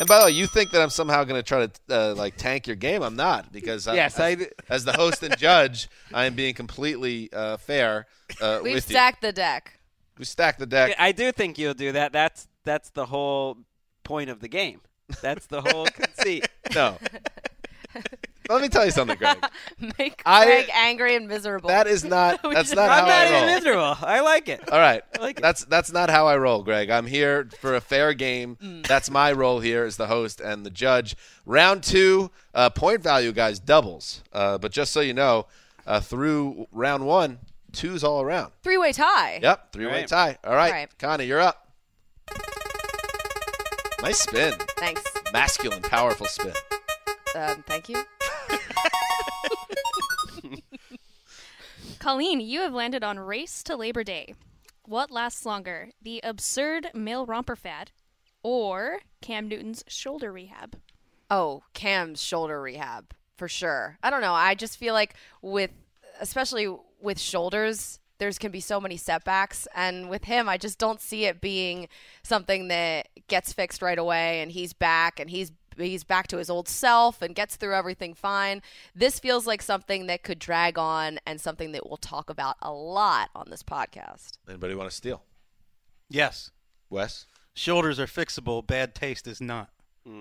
And by the way, you think that I'm somehow going to try to uh, like tank your game? I'm not because I'm,
Yes,
as,
I-
as the host and judge, I am being completely uh, fair uh,
We've
with
stacked the deck.
you. We stack the deck.
I do think you'll do that. That's that's the whole point of the game. That's the whole conceit.
No. Let me tell you something, Greg.
Make
I-
Greg angry and miserable.
That is not.
We
That's
just-
not
I'm
how
not
I
even
roll.
miserable. I like it.
All right.
I like it.
that's that's not how I roll, Greg. I'm here for a fair game. That's my role here as the host and the judge. Round two, uh, point value guys doubles. Uh, but just so you know, uh, through round one, twos all around.
Three-way tie.
Yep, three way
right.
tie. All right.
All right.
Connie, you're up. Nice spin,
Thanks.
masculine, powerful spin.
Um, thank you.
Colleen, you have landed on Race to Labor Day. What lasts longer, the absurd male romper fad or Cam Newton's shoulder rehab?
Oh, Cam's shoulder rehab for sure. I don't know. I just feel like with, especially with shoulders, there's can be so many setbacks, and with him, I just don't see it being something that gets fixed right away, and he's back, and he's he's back to his old self and gets through everything fine. This feels like something that could drag on and something that we'll talk about a lot on this podcast.
Anybody want to steal?
Yes.
Wes.
Shoulders are fixable. Bad taste is not.
But
You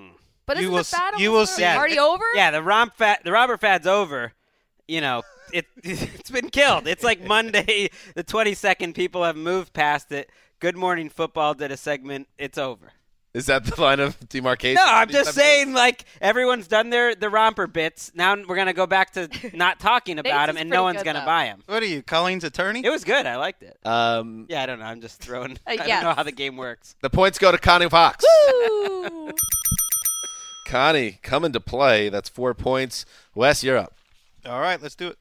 isn't
will
the battle
s- you will see- Yeah.
already over?
Yeah, the romp fat, the robber fad's over. You know, it it's been killed. It's like Monday, the twenty second. People have moved past it. Good Morning Football did a segment. It's over.
Is that the line of demarcation?
No, I'm just saying, like everyone's done their the romper bits. Now we're gonna go back to not talking about
Nate's
them,
is
and
pretty
no one's
good,
gonna
though.
buy them.
What are you, Colleen's attorney?
It was good. I liked it.
Um,
Yeah, I don't know. I'm just throwing. I
Uh, yes.
don't know how the game works.
the points go to Connie Fox.
Ooh.
Connie coming to play. That's four points. Wes, you're up.
All right, let's do it.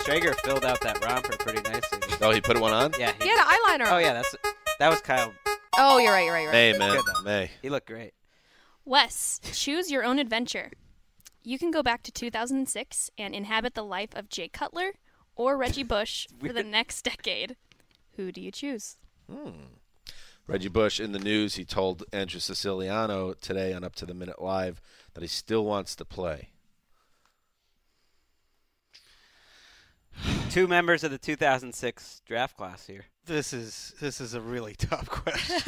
Strager filled out that romper pretty nicely.
Oh, he put one on?
Yeah.
He had an eyeliner.
oh yeah, that's that was Kyle.
Oh, you're right. You're right. You're right.
May, man.
Good, though.
May.
He looked great.
Wes, choose your own adventure. You can go back to 2006 and inhabit the life of Jay Cutler or Reggie Bush for the next decade. Who do you choose?
Reggie Bush in the news. He told Andrew Siciliano today on Up to the Minute Live that he still wants to play.
Two members of the 2006 draft class here.
This is this is a really tough question.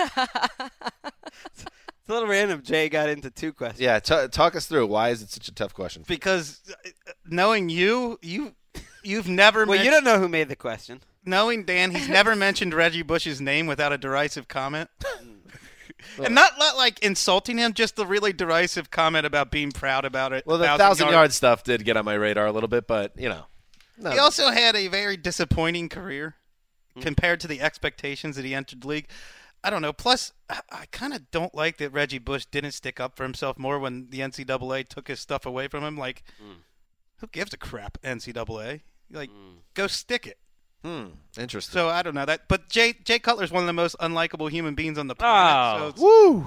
It's a little random. Jay got into two questions.
Yeah, t- talk us through. Why is it such a tough question?
because uh, knowing you, you you've never
Well, you
mentioned-
don't know who made the question.
knowing Dan, he's never mentioned Reggie Bush's name without a derisive comment. and not, not like insulting him, just the really derisive comment about being proud about it.
Well, the thousand yard stuff did get on my radar a little bit, but, you know. No. Hmm.
He also had a very disappointing career compared to the expectations that he entered the league. I don't know. Plus, I- I kind of don't like that Reggie Bush didn't stick up for himself more when the NCAA took his stuff away from him. Like,
Hmm.
who gives a crap, NCAA? Like, go stick it.
hmm, interesting.
So I don't know that, but Jay Jay Cutler's one of the most unlikable human beings on the planet.
Oh.
So Woo!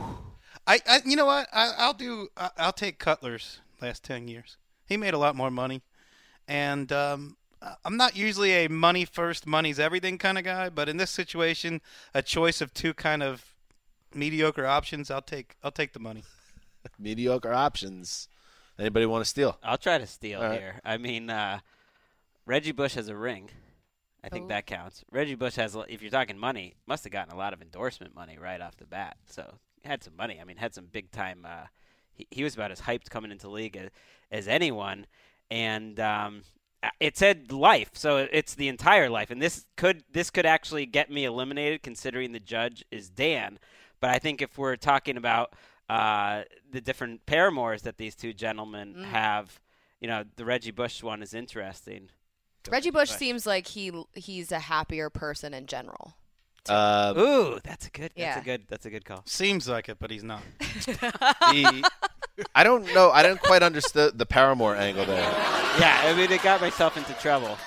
I, I you know what I, I'll do I, I'll take Cutler's last 10 years. He made a lot more money. And um, I- I'm not usually a money first, money's everything kind of guy, but in this situation, a choice of two kind of mediocre options, I'll take I'll take the money.
Mediocre options. Anybody want to steal?
I'll try to steal
All right.
here. I mean, uh, Reggie Bush has a ring. I think
Ooh.
that counts. Reggie Bush has, a- if you're talking money, must have gotten a lot of endorsement money right off the bat. So he had some money. I mean, had some big time. Uh, he, he was about as hyped coming into league as, as anyone, and um, a- it said life, so it's the entire life. And this could this could actually get me eliminated, considering the judge is Dan. But I think if we're talking about uh, the different paramours that these two gentlemen
Mm.
have, you know, the Reggie Bush one is interesting.
Reggie Bush
Bush.
seems like he he's a happier person in general.
Uh,
Ooh, that's a good. That's
Yeah.
a good. That's a good call.
Seems like it, but he's not.
the, I don't know. I didn't quite understand the Paramore angle there.
Yeah, I mean, it got myself into trouble.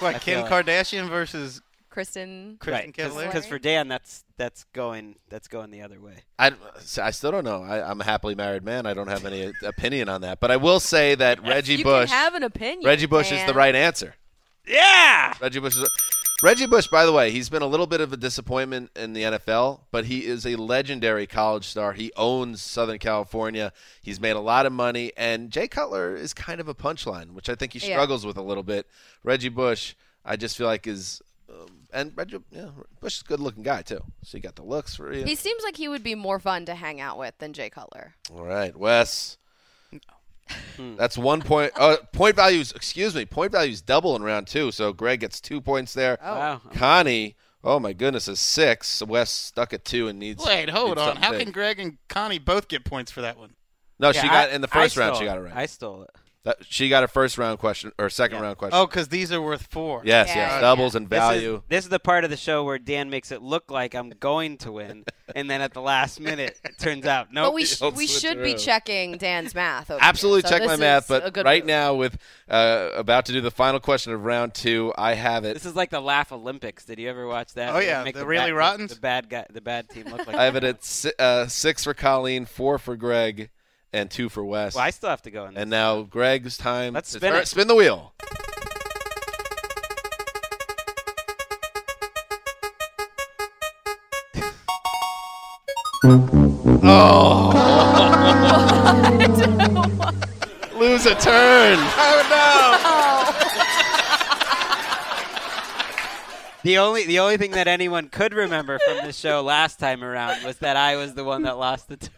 What,
I
Kim
feel it.
Kardashian versus
Kristen,
Kristen Cavallari?
Because for Dan, that's that's going that's going the other way.
I, so I still don't know. I, I'm a happily married man. I don't have any opinion on that. But I will say that Reggie
you
Bush,
can have an opinion.
Reggie Bush is
man.
the right answer.
Yeah.
Reggie Bush. Is Reggie Bush, by the way, he's been a little bit of a disappointment in the NFL, but he is a legendary college star. He owns Southern California. He's made a lot of money, and Jay Cutler is kind of a punchline, which I think he
Yeah.
struggles with a little bit. Reggie Bush, I just feel like is, um, and Reggie yeah, Bush is a good-looking guy too. So you got the looks for you.
He seems like he would be more fun to hang out with than Jay Cutler.
All right, Wes. That's one point. Uh, point values, excuse me. Point values double in round two. So Greg gets two points there.
Wow.
Connie, oh my goodness, is six. Wes stuck at two and needs.
Wait, hold
needs
on.
something
How
big.
can Greg and Connie both get points for that one?
No,
Yeah,
Oh, she got
I-
in the first
I
round.
stole
She got it right.
I stole it.
That- she got a first round question or second round question.
Oh, because these are worth four.
yes,
Yeah,
yes,
yeah.
doubles and
This is-
value.
This is, the part of the show where Dan makes it look like I'm going to win, and then at the last minute, it turns out no.
but we sh-
don't
we
switch
should be
around.
checking Dan's math. Over
Absolutely,
here. So
check
this
my
is
math.
a
But
good
right
move.
now, with uh, about to do the final question of round two, I have it.
This is like the Laugh Olympics. Did you ever watch that?
Oh,
Where they
yeah,
make
the Really
bad,
Rottens?
The bad guy, the bad team look like.
I have it at si- uh, six for Colleen, four for Greg, and two for Wes.
Well, I still have to go in.
And now Greg's time.
Let's
to
spin
turn-
it.
Spin the wheel. Oh. Lose a turn. Oh
the only the only thing that anyone could remember from this show last time around was that I was the one that lost the turn.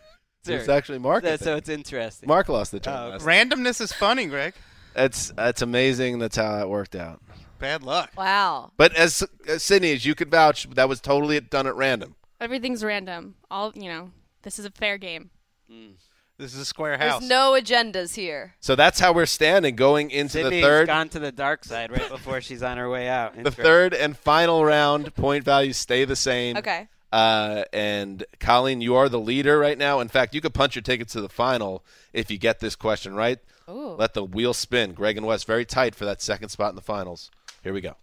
no. It's actually Mark.
so,
I
so Oh,
think.
it's interesting.
Mark lost the turn.
Uh,
last
Randomness is funny, Greg.
That's that's amazing. That's how it worked out.
Bad luck.
Wow.
But as, as Sydney, as you could vouch, that was totally done at random.
Everything's random. All you know. This is a fair game.
This is a square
There's
house.
no agendas here.
So that's how we're standing going into
Sydney's
the third
gone to the dark side right before she's on her way out.
the third and final round. Point values stay the same.
Okay.
Uh, and Colleen, you are the leader right now. In fact, you could punch your ticket to the final if you get this question right.
Ooh.
Let the wheel spin. Greg and Wes very tight for that second spot in the finals. Here we go.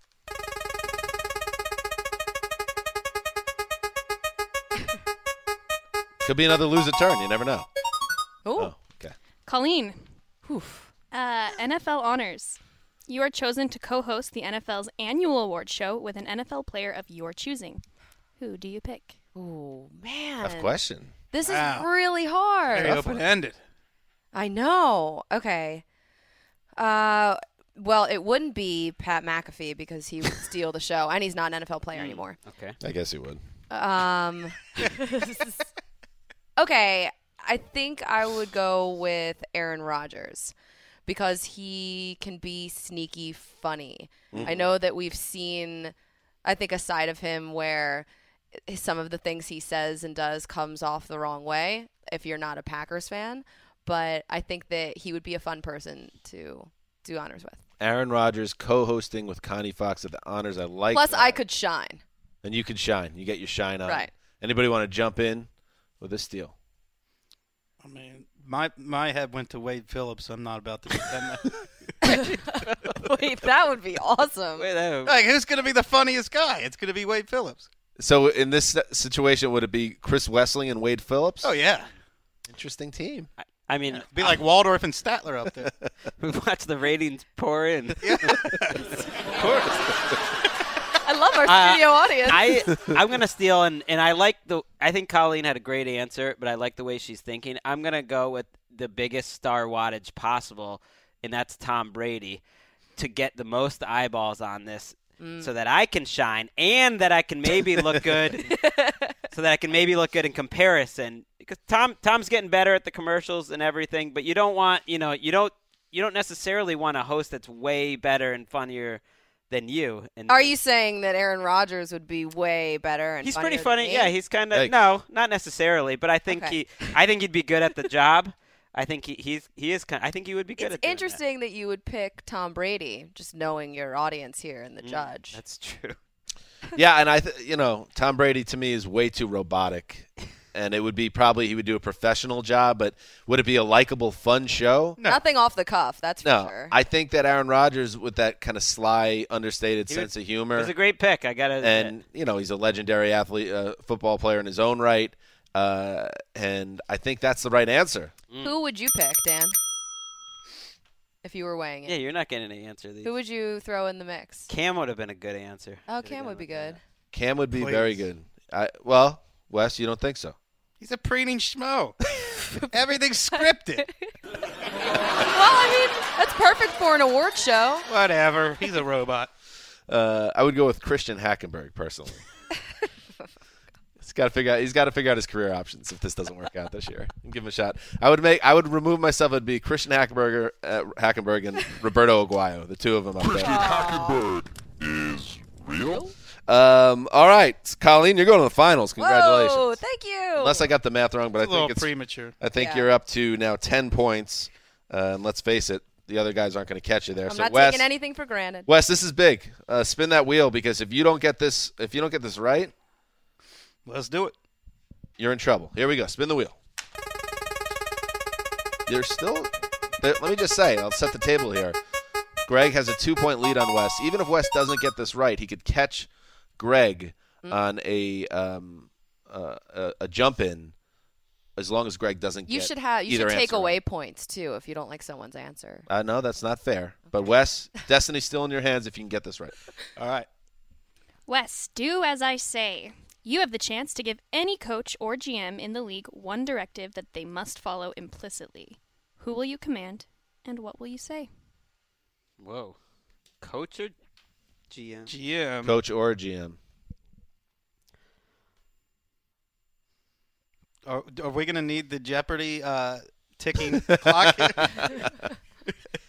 Could be another lose a turn. You never know.
Ooh.
Oh, okay.
Colleen. Uh, NFL honors. You are chosen to co-host the NFL's annual award show with an NFL player of your choosing. Who do you pick?
Ooh, man.
Tough question.
This is
Wow.
really hard.
Very open ended.
I know. Okay. Uh, well, it wouldn't be Pat McAfee because he would steal the show, and he's not an NFL
Hmm.
player anymore.
Okay.
I guess you would.
Um. okay, I think I would go with Aaron Rodgers because he can be sneaky funny.
Mm-hmm.
I know that we've seen, I think, a side of him where some of the things he says and does comes off the wrong way if you're not a Packers fan. But I think that he would be a fun person to do honors with.
Aaron Rodgers co-hosting with Connie Fox at the honors. I like.
Plus, I
that.
could shine.
And you can shine. You get your shine on.
Right.
Anybody want to jump in with this deal?
I mean, my my head went to Wade Phillips. I'm not about to. do that.
Wait, that would be awesome.
Wait, that-
like, who's going to be the funniest guy? It's going to be Wade Phillips.
So in
Oh,
this situation, would it be Chris Wessling and Wade Phillips?
Oh yeah.
Interesting team.
I mean,
Be like Waldorf and Statler up there.
we watch the ratings pour in.
I love our
Uh,
studio audience.
I I'm gonna steal and and I like the I think Colleen had a great answer, but I like the way she's thinking. I'm gonna go with the biggest star wattage possible, and that's Tom Brady, to get the most eyeballs on this,
Mm.
so that I can shine and that I can maybe look good, so that I can maybe look good in comparison. Because Tom Tom's getting better at the commercials and everything, but you don't want you know you don't you don't necessarily want a host that's way better and funnier than you. And
Are you saying that Aaron Rodgers would be way better? And
he's
funnier
pretty
than
funny.
me?
Yeah, he's kind of
Yikes.
no, not necessarily, but I think
Okay.
he, I think he'd be good at the job. I think he, he's he is kind. I think he would be good
It's
at. doing that.
interesting that you would pick Tom Brady, just knowing your audience here and the
Mm,
judge.
That's true.
yeah, and I, th- you know, Tom Brady to me is way too robotic, and it would be probably he would do a professional job, but would it be a likable, fun show?
No.
Nothing off the cuff. That's
No,
Mm, for sure.
I think that Aaron Rodgers with that kind of sly, understated
He would-
sense of humor,
It was a great pick. I gotta. admit.
and you know he's a legendary athlete, uh, football player in his own right, uh, and I think that's the right answer.
Who would you pick, Dan? If you were weighing it,
yeah, you're not getting an answer. These.
who would you throw in the mix?
Cam would have been a good answer.
Oh,
Should've
Cam
gone
would be
with that.
good.
Cam would be
Please.
very good. I, well, Wes, you don't think so?
He's a preening schmo. Everything's scripted.
Well, I mean, that's perfect for an award show.
Whatever. He's a robot.
Uh, I would go with Christian Hackenberg personally. he's got to figure out. He's got to figure out his career options if this doesn't work out this year. Give him a shot. I would make. I would remove myself. It'd be Christian Hackenberger, uh, Hackenberg, and Roberto Aguayo, the two of them up there. Um, all right, Colleen, you're going to the finals. Congratulations.
Whoa, thank you.
Unless I got the math wrong, but I
A little
think it's.
premature.
I think
Yeah.
you're up to now ten points. Uh, and let's face it, the other guys aren't going to catch you there.
I'm
so
not
Wes,
taking anything for granted.
Wes, this is big. Uh, spin that wheel because if you don't get this, if you don't get this right,
Let's do it.
you're in trouble. Here we go. Spin the wheel. You're still. there- Let me just say, I'll set the table here. Greg has a two point lead on Wes. Even if Wes doesn't get this right, he could catch Greg
Mm.
on a um, uh, a, a jump in as long as Greg doesn't
You
get
should have. You
either
should take
answer
away
right.
points too if you don't like someone's answer.
I know that's not fair. But Wes, destiny's still in your hands if you can get this right.
All right.
Wes, do as I say. You have the chance to give any coach or GM in the league one directive that they must follow implicitly. Who will you command and what will you say?
Whoa, coach or GM?
GM.
Coach or GM.
Are, are we going to need the Jeopardy uh, ticking clock?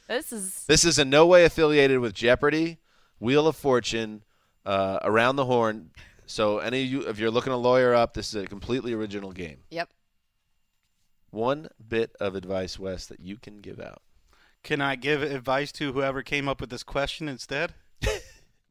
This is
This is in no way affiliated with Jeopardy, Wheel of Fortune, uh, Around the Horn. So any of you, if you're looking a lawyer up, this is a completely original game.
yep.
One bit of advice, Wes, that you can give out.
Can I give advice to whoever came up with this question instead?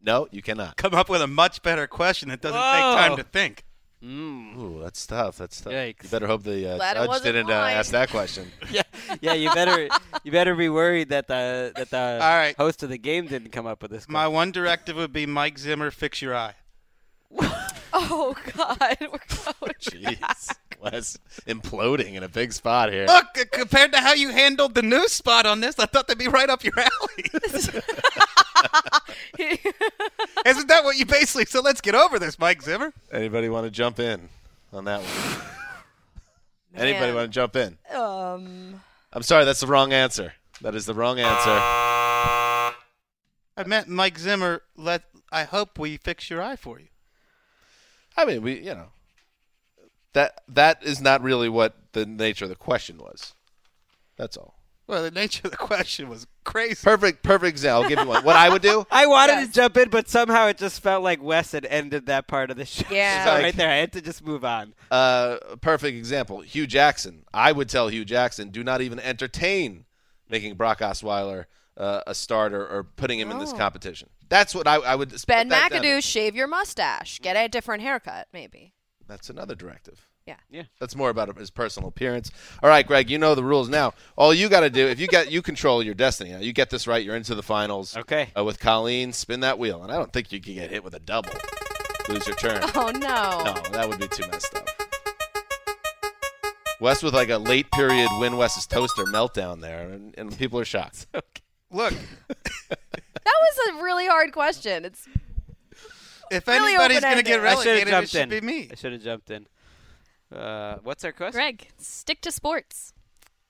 No, you cannot.
Come up with a much better question that doesn't
Whoa.
take time to think.
Mm.
Ooh, that's tough. That's tough.
Yikes.
You better hope the uh,
Glad it
judge
wasn't
didn't uh,
mine.
ask that question.
Yeah, yeah. You better, you better be worried that the that the
right.
host of the game didn't come up with this.
My
question.
one directive would be Mike Zimmer, fix your eye.
Oh God, we're going.
Jeez, Wes imploding in a big spot here.
Look, c- compared to how you handled the news spot on this, I thought that'd be right up your alley. Isn't that what you basically? So let's get over this, Mike Zimmer.
Anybody want to jump in on that one? Anybody
Man.
want to jump in?
um,
I'm sorry, that's the wrong answer. That is the wrong answer.
I meant Mike Zimmer. Let I hope we fix your eye for you.
I mean, we you know that that is not really what the nature of the question was. That's all.
Well, the nature of the question was crazy.
Perfect, perfect example. I'll give you one. What I would do.
I wanted
Yes.
to jump in, but somehow it just felt like Wes had ended that part of the show.
Yeah.
So right there, I had to just move on.
Uh, perfect example. Hugh Jackson. I would tell Hugh Jackson, do not even entertain making Brock Osweiler uh, a starter or putting him in this competition. That's what I, I would. put
Oh. Ben
that down
McAdoo,
to.
shave your mustache. Get a different haircut, maybe.
That's another directive.
Yeah.
Yeah.
That's more about his personal appearance. All right, Greg, you know the rules now. All you got to do, if you get, you control your destiny. Now you get this right, you're into the finals.
Okay.
Uh, with Colleen, spin that wheel, and I don't think you can get hit with a double. Lose your turn.
Oh no.
No, that would be too messed up. Wes with like a late period win Wes's toaster meltdown there, and, and people are shocked.
Look,
That was a really hard question. It's
if
Really
anybody's going to
open-ended.
get
I
I should
relegated,
have
it
jumped
should
in.
be me.
I should have jumped in. Uh, what's our question?
Greg, stick to sports.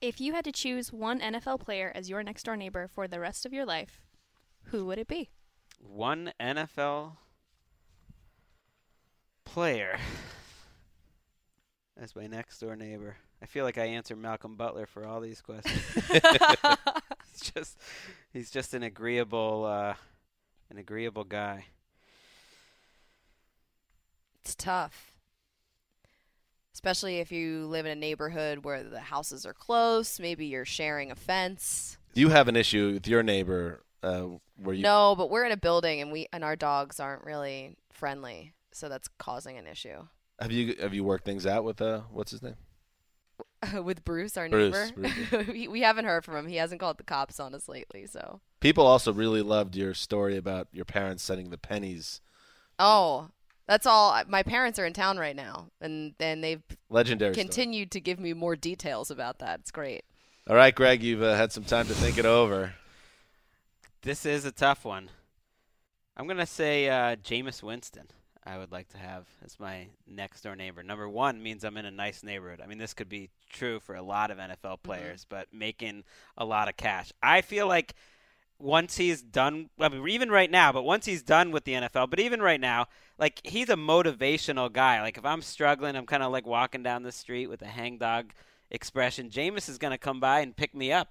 If you had to choose one NFL player as your next door neighbor for the rest of your life, who would it be?
One NFL player as my next door neighbor. I feel like I answer Malcolm Butler for all these questions. it's just he's just an agreeable uh, an agreeable guy.
it's tough. Especially if you live in a neighborhood where the houses are close, maybe you're sharing a fence.
You have an issue with your neighbor uh, where you
No, but we're in a building and we and our dogs aren't really friendly, so that's causing an issue.
have you have you worked things out with uh what's his name?
With Bruce, our
Bruce,
neighbor, we, we haven't heard from him. He hasn't called the cops on us lately. So,
People also really loved your story about your parents sending the pennies.
oh, that's all. My parents are in town right now, and and they've
Legendary. story.
continued to give me more details about that. It's great.
All right, Greg, you've uh, had some time to think it over.
This is a tough one. I'm gonna say uh, Jameis Winston. I would like to have as my next door neighbor. Number one means I'm in a nice neighborhood. I mean, this could be true for a lot of NFL players, but making a lot of cash. I feel like once he's done, I mean, even right now, but once he's done with the NFL, but even right now, like he's a motivational guy. Like if I'm struggling, I'm kind of like walking down the street with a hangdog expression. Jameis is gonna come by and pick me up.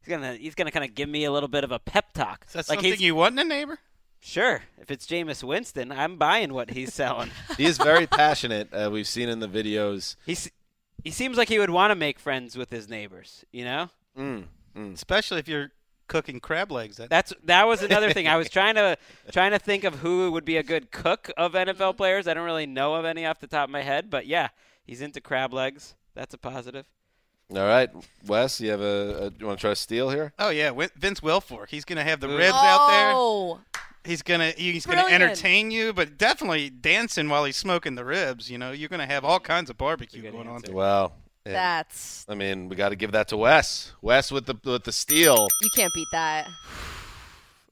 He's gonna he's gonna kind of give me a little bit of a pep talk.
Is that
like
something
he's
you want in a neighbor?
sure if it's Jameis Winston, I'm buying what he's selling.
He is very passionate. Uh, we've seen in the videos.
he's he seems like he would want to make friends with his neighbors. You know.
Mm, mm.
Especially if you're cooking crab legs. That,
That's that was another thing. I was trying to trying to think of who would be a good cook of NFL players. I don't really know of any off the top of my head, but yeah, he's into crab legs. That's a positive.
All right, Wes, you have a, a you want to try a steal here?
oh yeah, Win- Vince Wilfork. He's going to have the
Ooh.
ribs out there.
Oh,
He's gonna he's gonna
Brilliant.
entertain you, but definitely dancing while he's smoking the ribs. You know, you're gonna have all kinds of barbecue going on.
Well, yeah.
that's
I mean, we got to give that to Wes. Wes with the with the steal,
you can't beat that.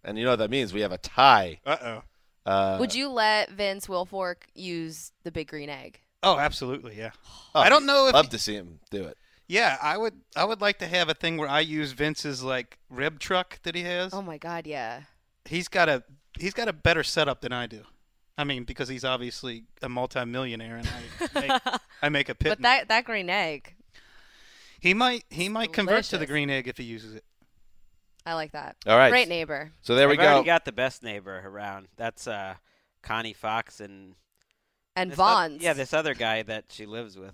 and you know what that means. We have a tie.
Uh oh.
Uh,
Would you let Vince Wilfork use the big green egg?
Oh, absolutely, yeah.
oh,
I don't know if
Love to see him do it.
yeah, I would. I would like to have a thing where I use Vince's like rib truck that he has.
Oh my God, yeah.
He's got a he's got a better setup than I do. I mean, because he's obviously a multimillionaire, and I make, I make a pit.
But that that green egg,
he might he might convert to the
delicious.
green egg if he uses it.
I like that.
All right.
Great neighbor.
So there we
I've
go.
already got the best neighbor around. That's uh, Connie Fox and
And
this oth-
Vaughn's.
yeah, this other guy that she lives with.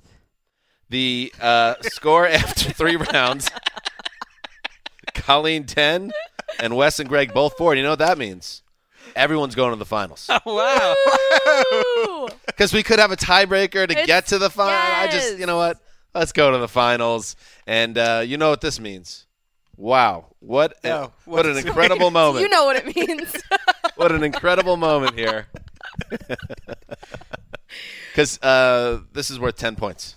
the uh, score after three rounds. Colleen ten, and Wes and Greg both four. You know what that means? Everyone's going to the finals
wow.
Ooh!
because we could have a tiebreaker to
It's-
get to the final. I just
yes.
you know what? Let's go to the finals, and uh, you know what this means? Wow, what a-
No,
what an incredible moment!
you know what it means.
what an incredible moment here. Because uh, this is worth 10 points.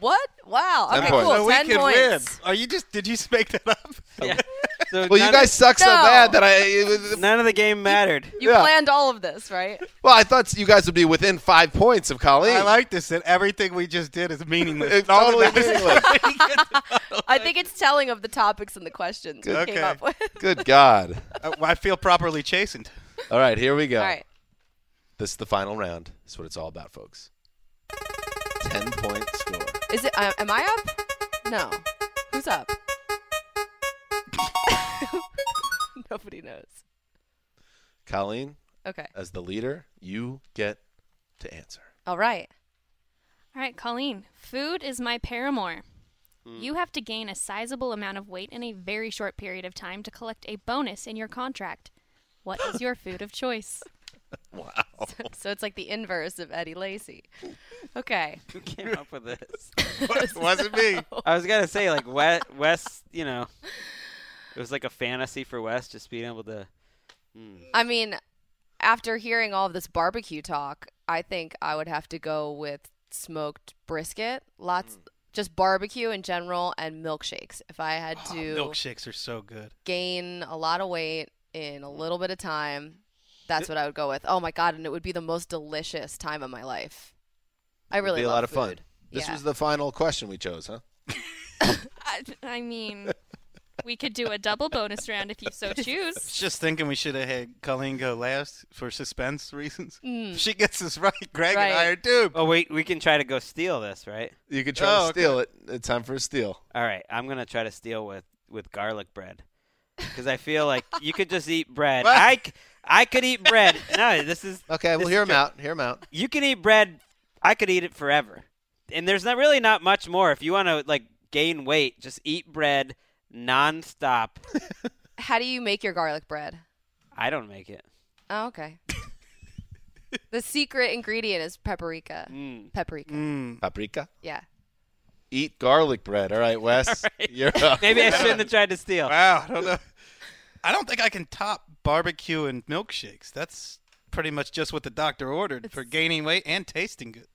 what? Wow.
Ten
Okay,
points.
cool.
So we
Ten
can
points.
win. Are you just did you just make that up?
Yeah. So
Well, you
none-
guys suck so
No.
bad that I. It was,
None of the game mattered.
You
Yeah.
planned all of this, right?
well, I thought you guys would be within five points of Colleen.
I like this that everything we just did is meaningless.
It's
All
totally
that matters-
meaningless.
I think it's telling of the topics and the questions we
Okay.
came up with.
Good God.
Uh, I feel properly chastened.
All right, here we go.
All right.
This is the final round. This is what it's all about, folks. 10 point score.
Is it? Uh, am I up? No. Who's up? Nobody knows.
Colleen,
Okay.
as the leader, you get to answer.
All right.
All right, Colleen, food is my paramour. You have to gain a sizable amount of weight in a very short period of time to collect a bonus in your contract. What is your food of choice?
So it's like the inverse of Eddie Lacey. Okay.
Who came up with this?
It wasn't me.
I was gonna say like Wes, Wes, you know, it was like a fantasy for Wes just being able to.
I mean, after hearing all of this
Mm.
barbecue talk, I think I would have to go with smoked brisket. Lots just barbecue in general and milkshakes. If I had to
Milkshakes are so good.
gain a lot of weight in a little bit of time, that's what I would go with. Oh my god, and it would be the most delicious time of my life. I
It'd
really
be a
love
lot of fun.
food.
This
Yeah.
was the final question we chose, huh?
I, I mean, we could do a double bonus round if you so choose.
Just thinking we should have had Colleen go last for suspense reasons. If
Mm.
She gets this right. Greg and I
Hmm. Right.
are duped.
Oh wait, we can try to go steal this, right?
You could try
Oh,
to
okay.
steal it. It's time for a steal.
All right, I'm gonna try to steal with with garlic bread, because I feel like you could just eat bread.
What?
I c- I could eat bread. No, this is
Okay, we'll
This
hear
is
him out. Hear him out.
you can eat bread. I could eat it forever, and there's not really not much more. If you want to like gain weight, just eat bread nonstop.
How do you make your garlic bread?
I don't make it.
Oh, okay. the secret ingredient is paprika.
Mm.
Paprika.
Paprika.
Yeah.
Eat garlic bread. All right, Wes. You're up.
Maybe I shouldn't have tried to steal.
Wow, I don't know. I don't think I can top barbecue and milkshakes. That's pretty much just what the doctor ordered for gaining weight and tasting good.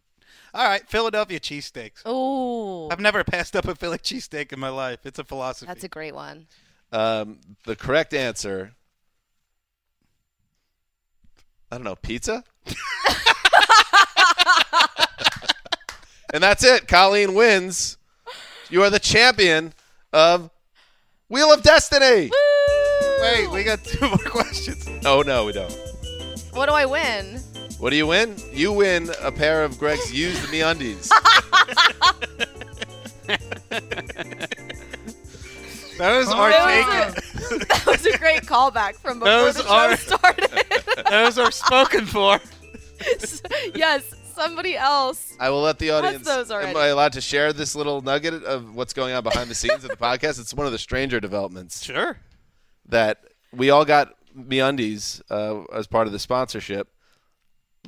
All right, Philadelphia cheesesteaks.
Oh,
I've never passed up a Philly cheesesteak in my life. It's a philosophy.
that's a great one.
Um, the correct answer. I don't know. Pizza. and that's it. Colleen wins. You are the champion of Wheel of Destiny.
Wait, we got two more questions.
Oh no, we don't.
What do I win?
What do you win? You win a pair of Greg's used me undies.
Those are
That
taken.
was, a, that was a great callback from before
Those
the show
are-
started.
Those are spoken for.
yes, somebody else.
I will let the audience.
those already.
Am I allowed to share this little nugget of what's going on behind the scenes of the podcast? It's one of the stranger developments
Sure.
that we all got MeUndies uh, as part of the sponsorship.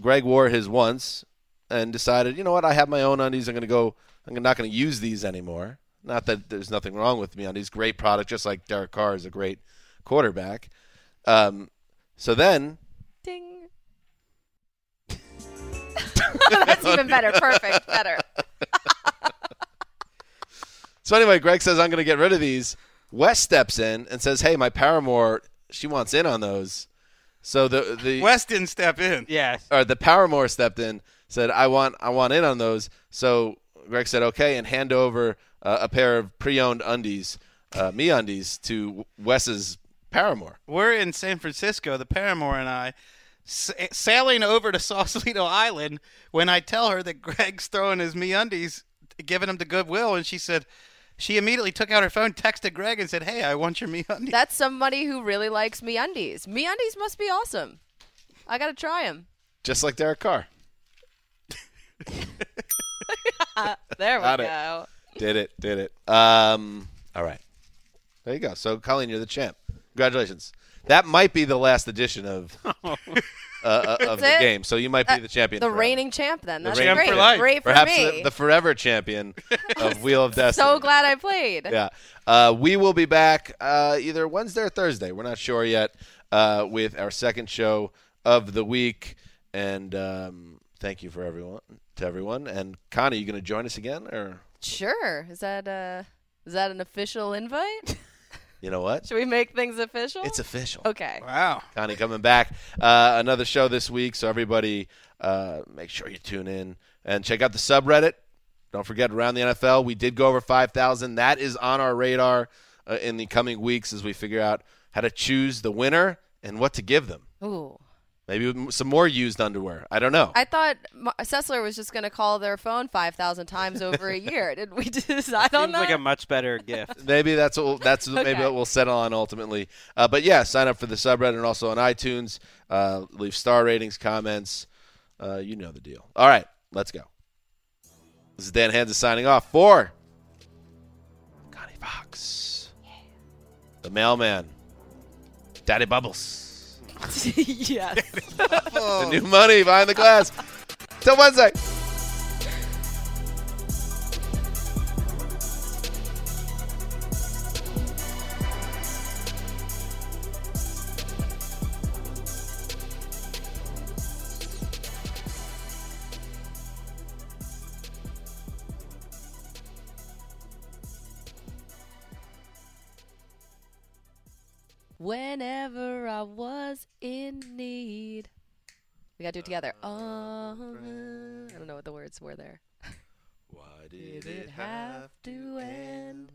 Greg wore his once and decided, you know what? I have my own undies. I'm going to go. I'm not going to use these anymore. Not that there's nothing wrong with MeUndies. Great product, just like Derek Carr is a great quarterback. Um, so then
Ding. that's even better. Perfect. Better.
So anyway, Greg says I'm going to get rid of these. Wes steps in and says, "Hey, my paramour, she wants in on those." So the the
Wes didn't step in.
Yeah.
or the paramour stepped in, said, "I want I want in on those." So Greg said, "Okay," and hand over uh, a pair of pre-owned undies, uh, me undies, to Wes's paramour.
We're in San Francisco, the Paramore and I, sa- sailing over to Sausalito Island when I tell her that Greg's throwing his MeUndies, giving them to Goodwill, and she said, she immediately took out her phone, texted Greg, and said, "Hey, I want your MeUndies."
That's somebody who really likes MeUndies. MeUndies must be awesome. I gotta try them.
Just like Derek Carr
There we
Got it.
go.
did it, did it. Um, all right, there you go. So Colleen, you're the champ. Congratulations. That might be the last edition of
Oh.
uh, uh, of the
it. Uh,
game, so you might be the champion.
The
forever.
reigning champ, then. That's
reigning
great.
champ.
Great for
Perhaps
me.
the, the forever champion of Wheel of Destiny.
so glad I played.
Yeah. Uh, we will be back uh, either Wednesday or Thursday. We're not sure yet uh, with our second show of the week. And um, thank you for everyone to everyone. And Connie, you going to join us again, or
Sure. Is that uh is that an official invite?
you know what?
Should we make things official?
It's official.
okay.
wow.
Connie coming back. Uh, another show this week, so everybody uh, make sure you tune in and check out the subreddit. Don't forget, around the NFL, we did go over 5,000. That is on our radar uh, in the coming weeks as we figure out how to choose the winner and what to give them.
Ooh.
Maybe m- some more used underwear. I don't know.
I thought Ma- Sessler was just going to call their phone 5,000 times over a year. Did we decide on
Seems
that?
like a much better gift.
maybe that's what we'll, that's what maybe
Okay.
what we'll settle on ultimately. Uh, but yeah, sign up for the subreddit and also on iTunes. Uh, leave star ratings, comments. Uh, you know the deal. All right, let's go. This is Dan Hansa signing off for Connie Fox, the mailman, Daddy Bubbles,
yes.
the new money behind the glass. Till Wednesday.
Whenever I was in need. We gotta do it together. Uh, I don't know what the words were there.
Why did
Did
it have to end?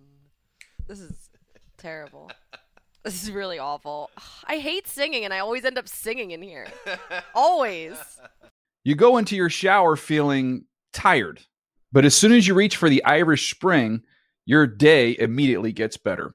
This is terrible. This is really awful. I hate singing, and I always end up singing in here. always.
You go into your shower feeling tired, but as soon as you reach for the Irish Spring, your day immediately gets better.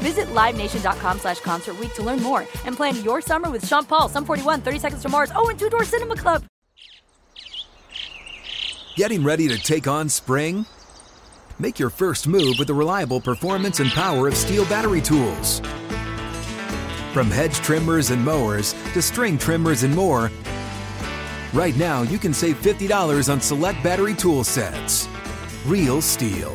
Visit LiveNation.com slash Concert Week to learn more and plan your summer with Sean Paul, Sum 41, 30 Seconds to Mars, oh, and Two Door Cinema Club.
Getting ready to take on spring? Make your first move with the reliable performance and power of steel battery tools. From hedge trimmers and mowers to string trimmers and more, right now you can save $50 on select battery tool sets. Real steel.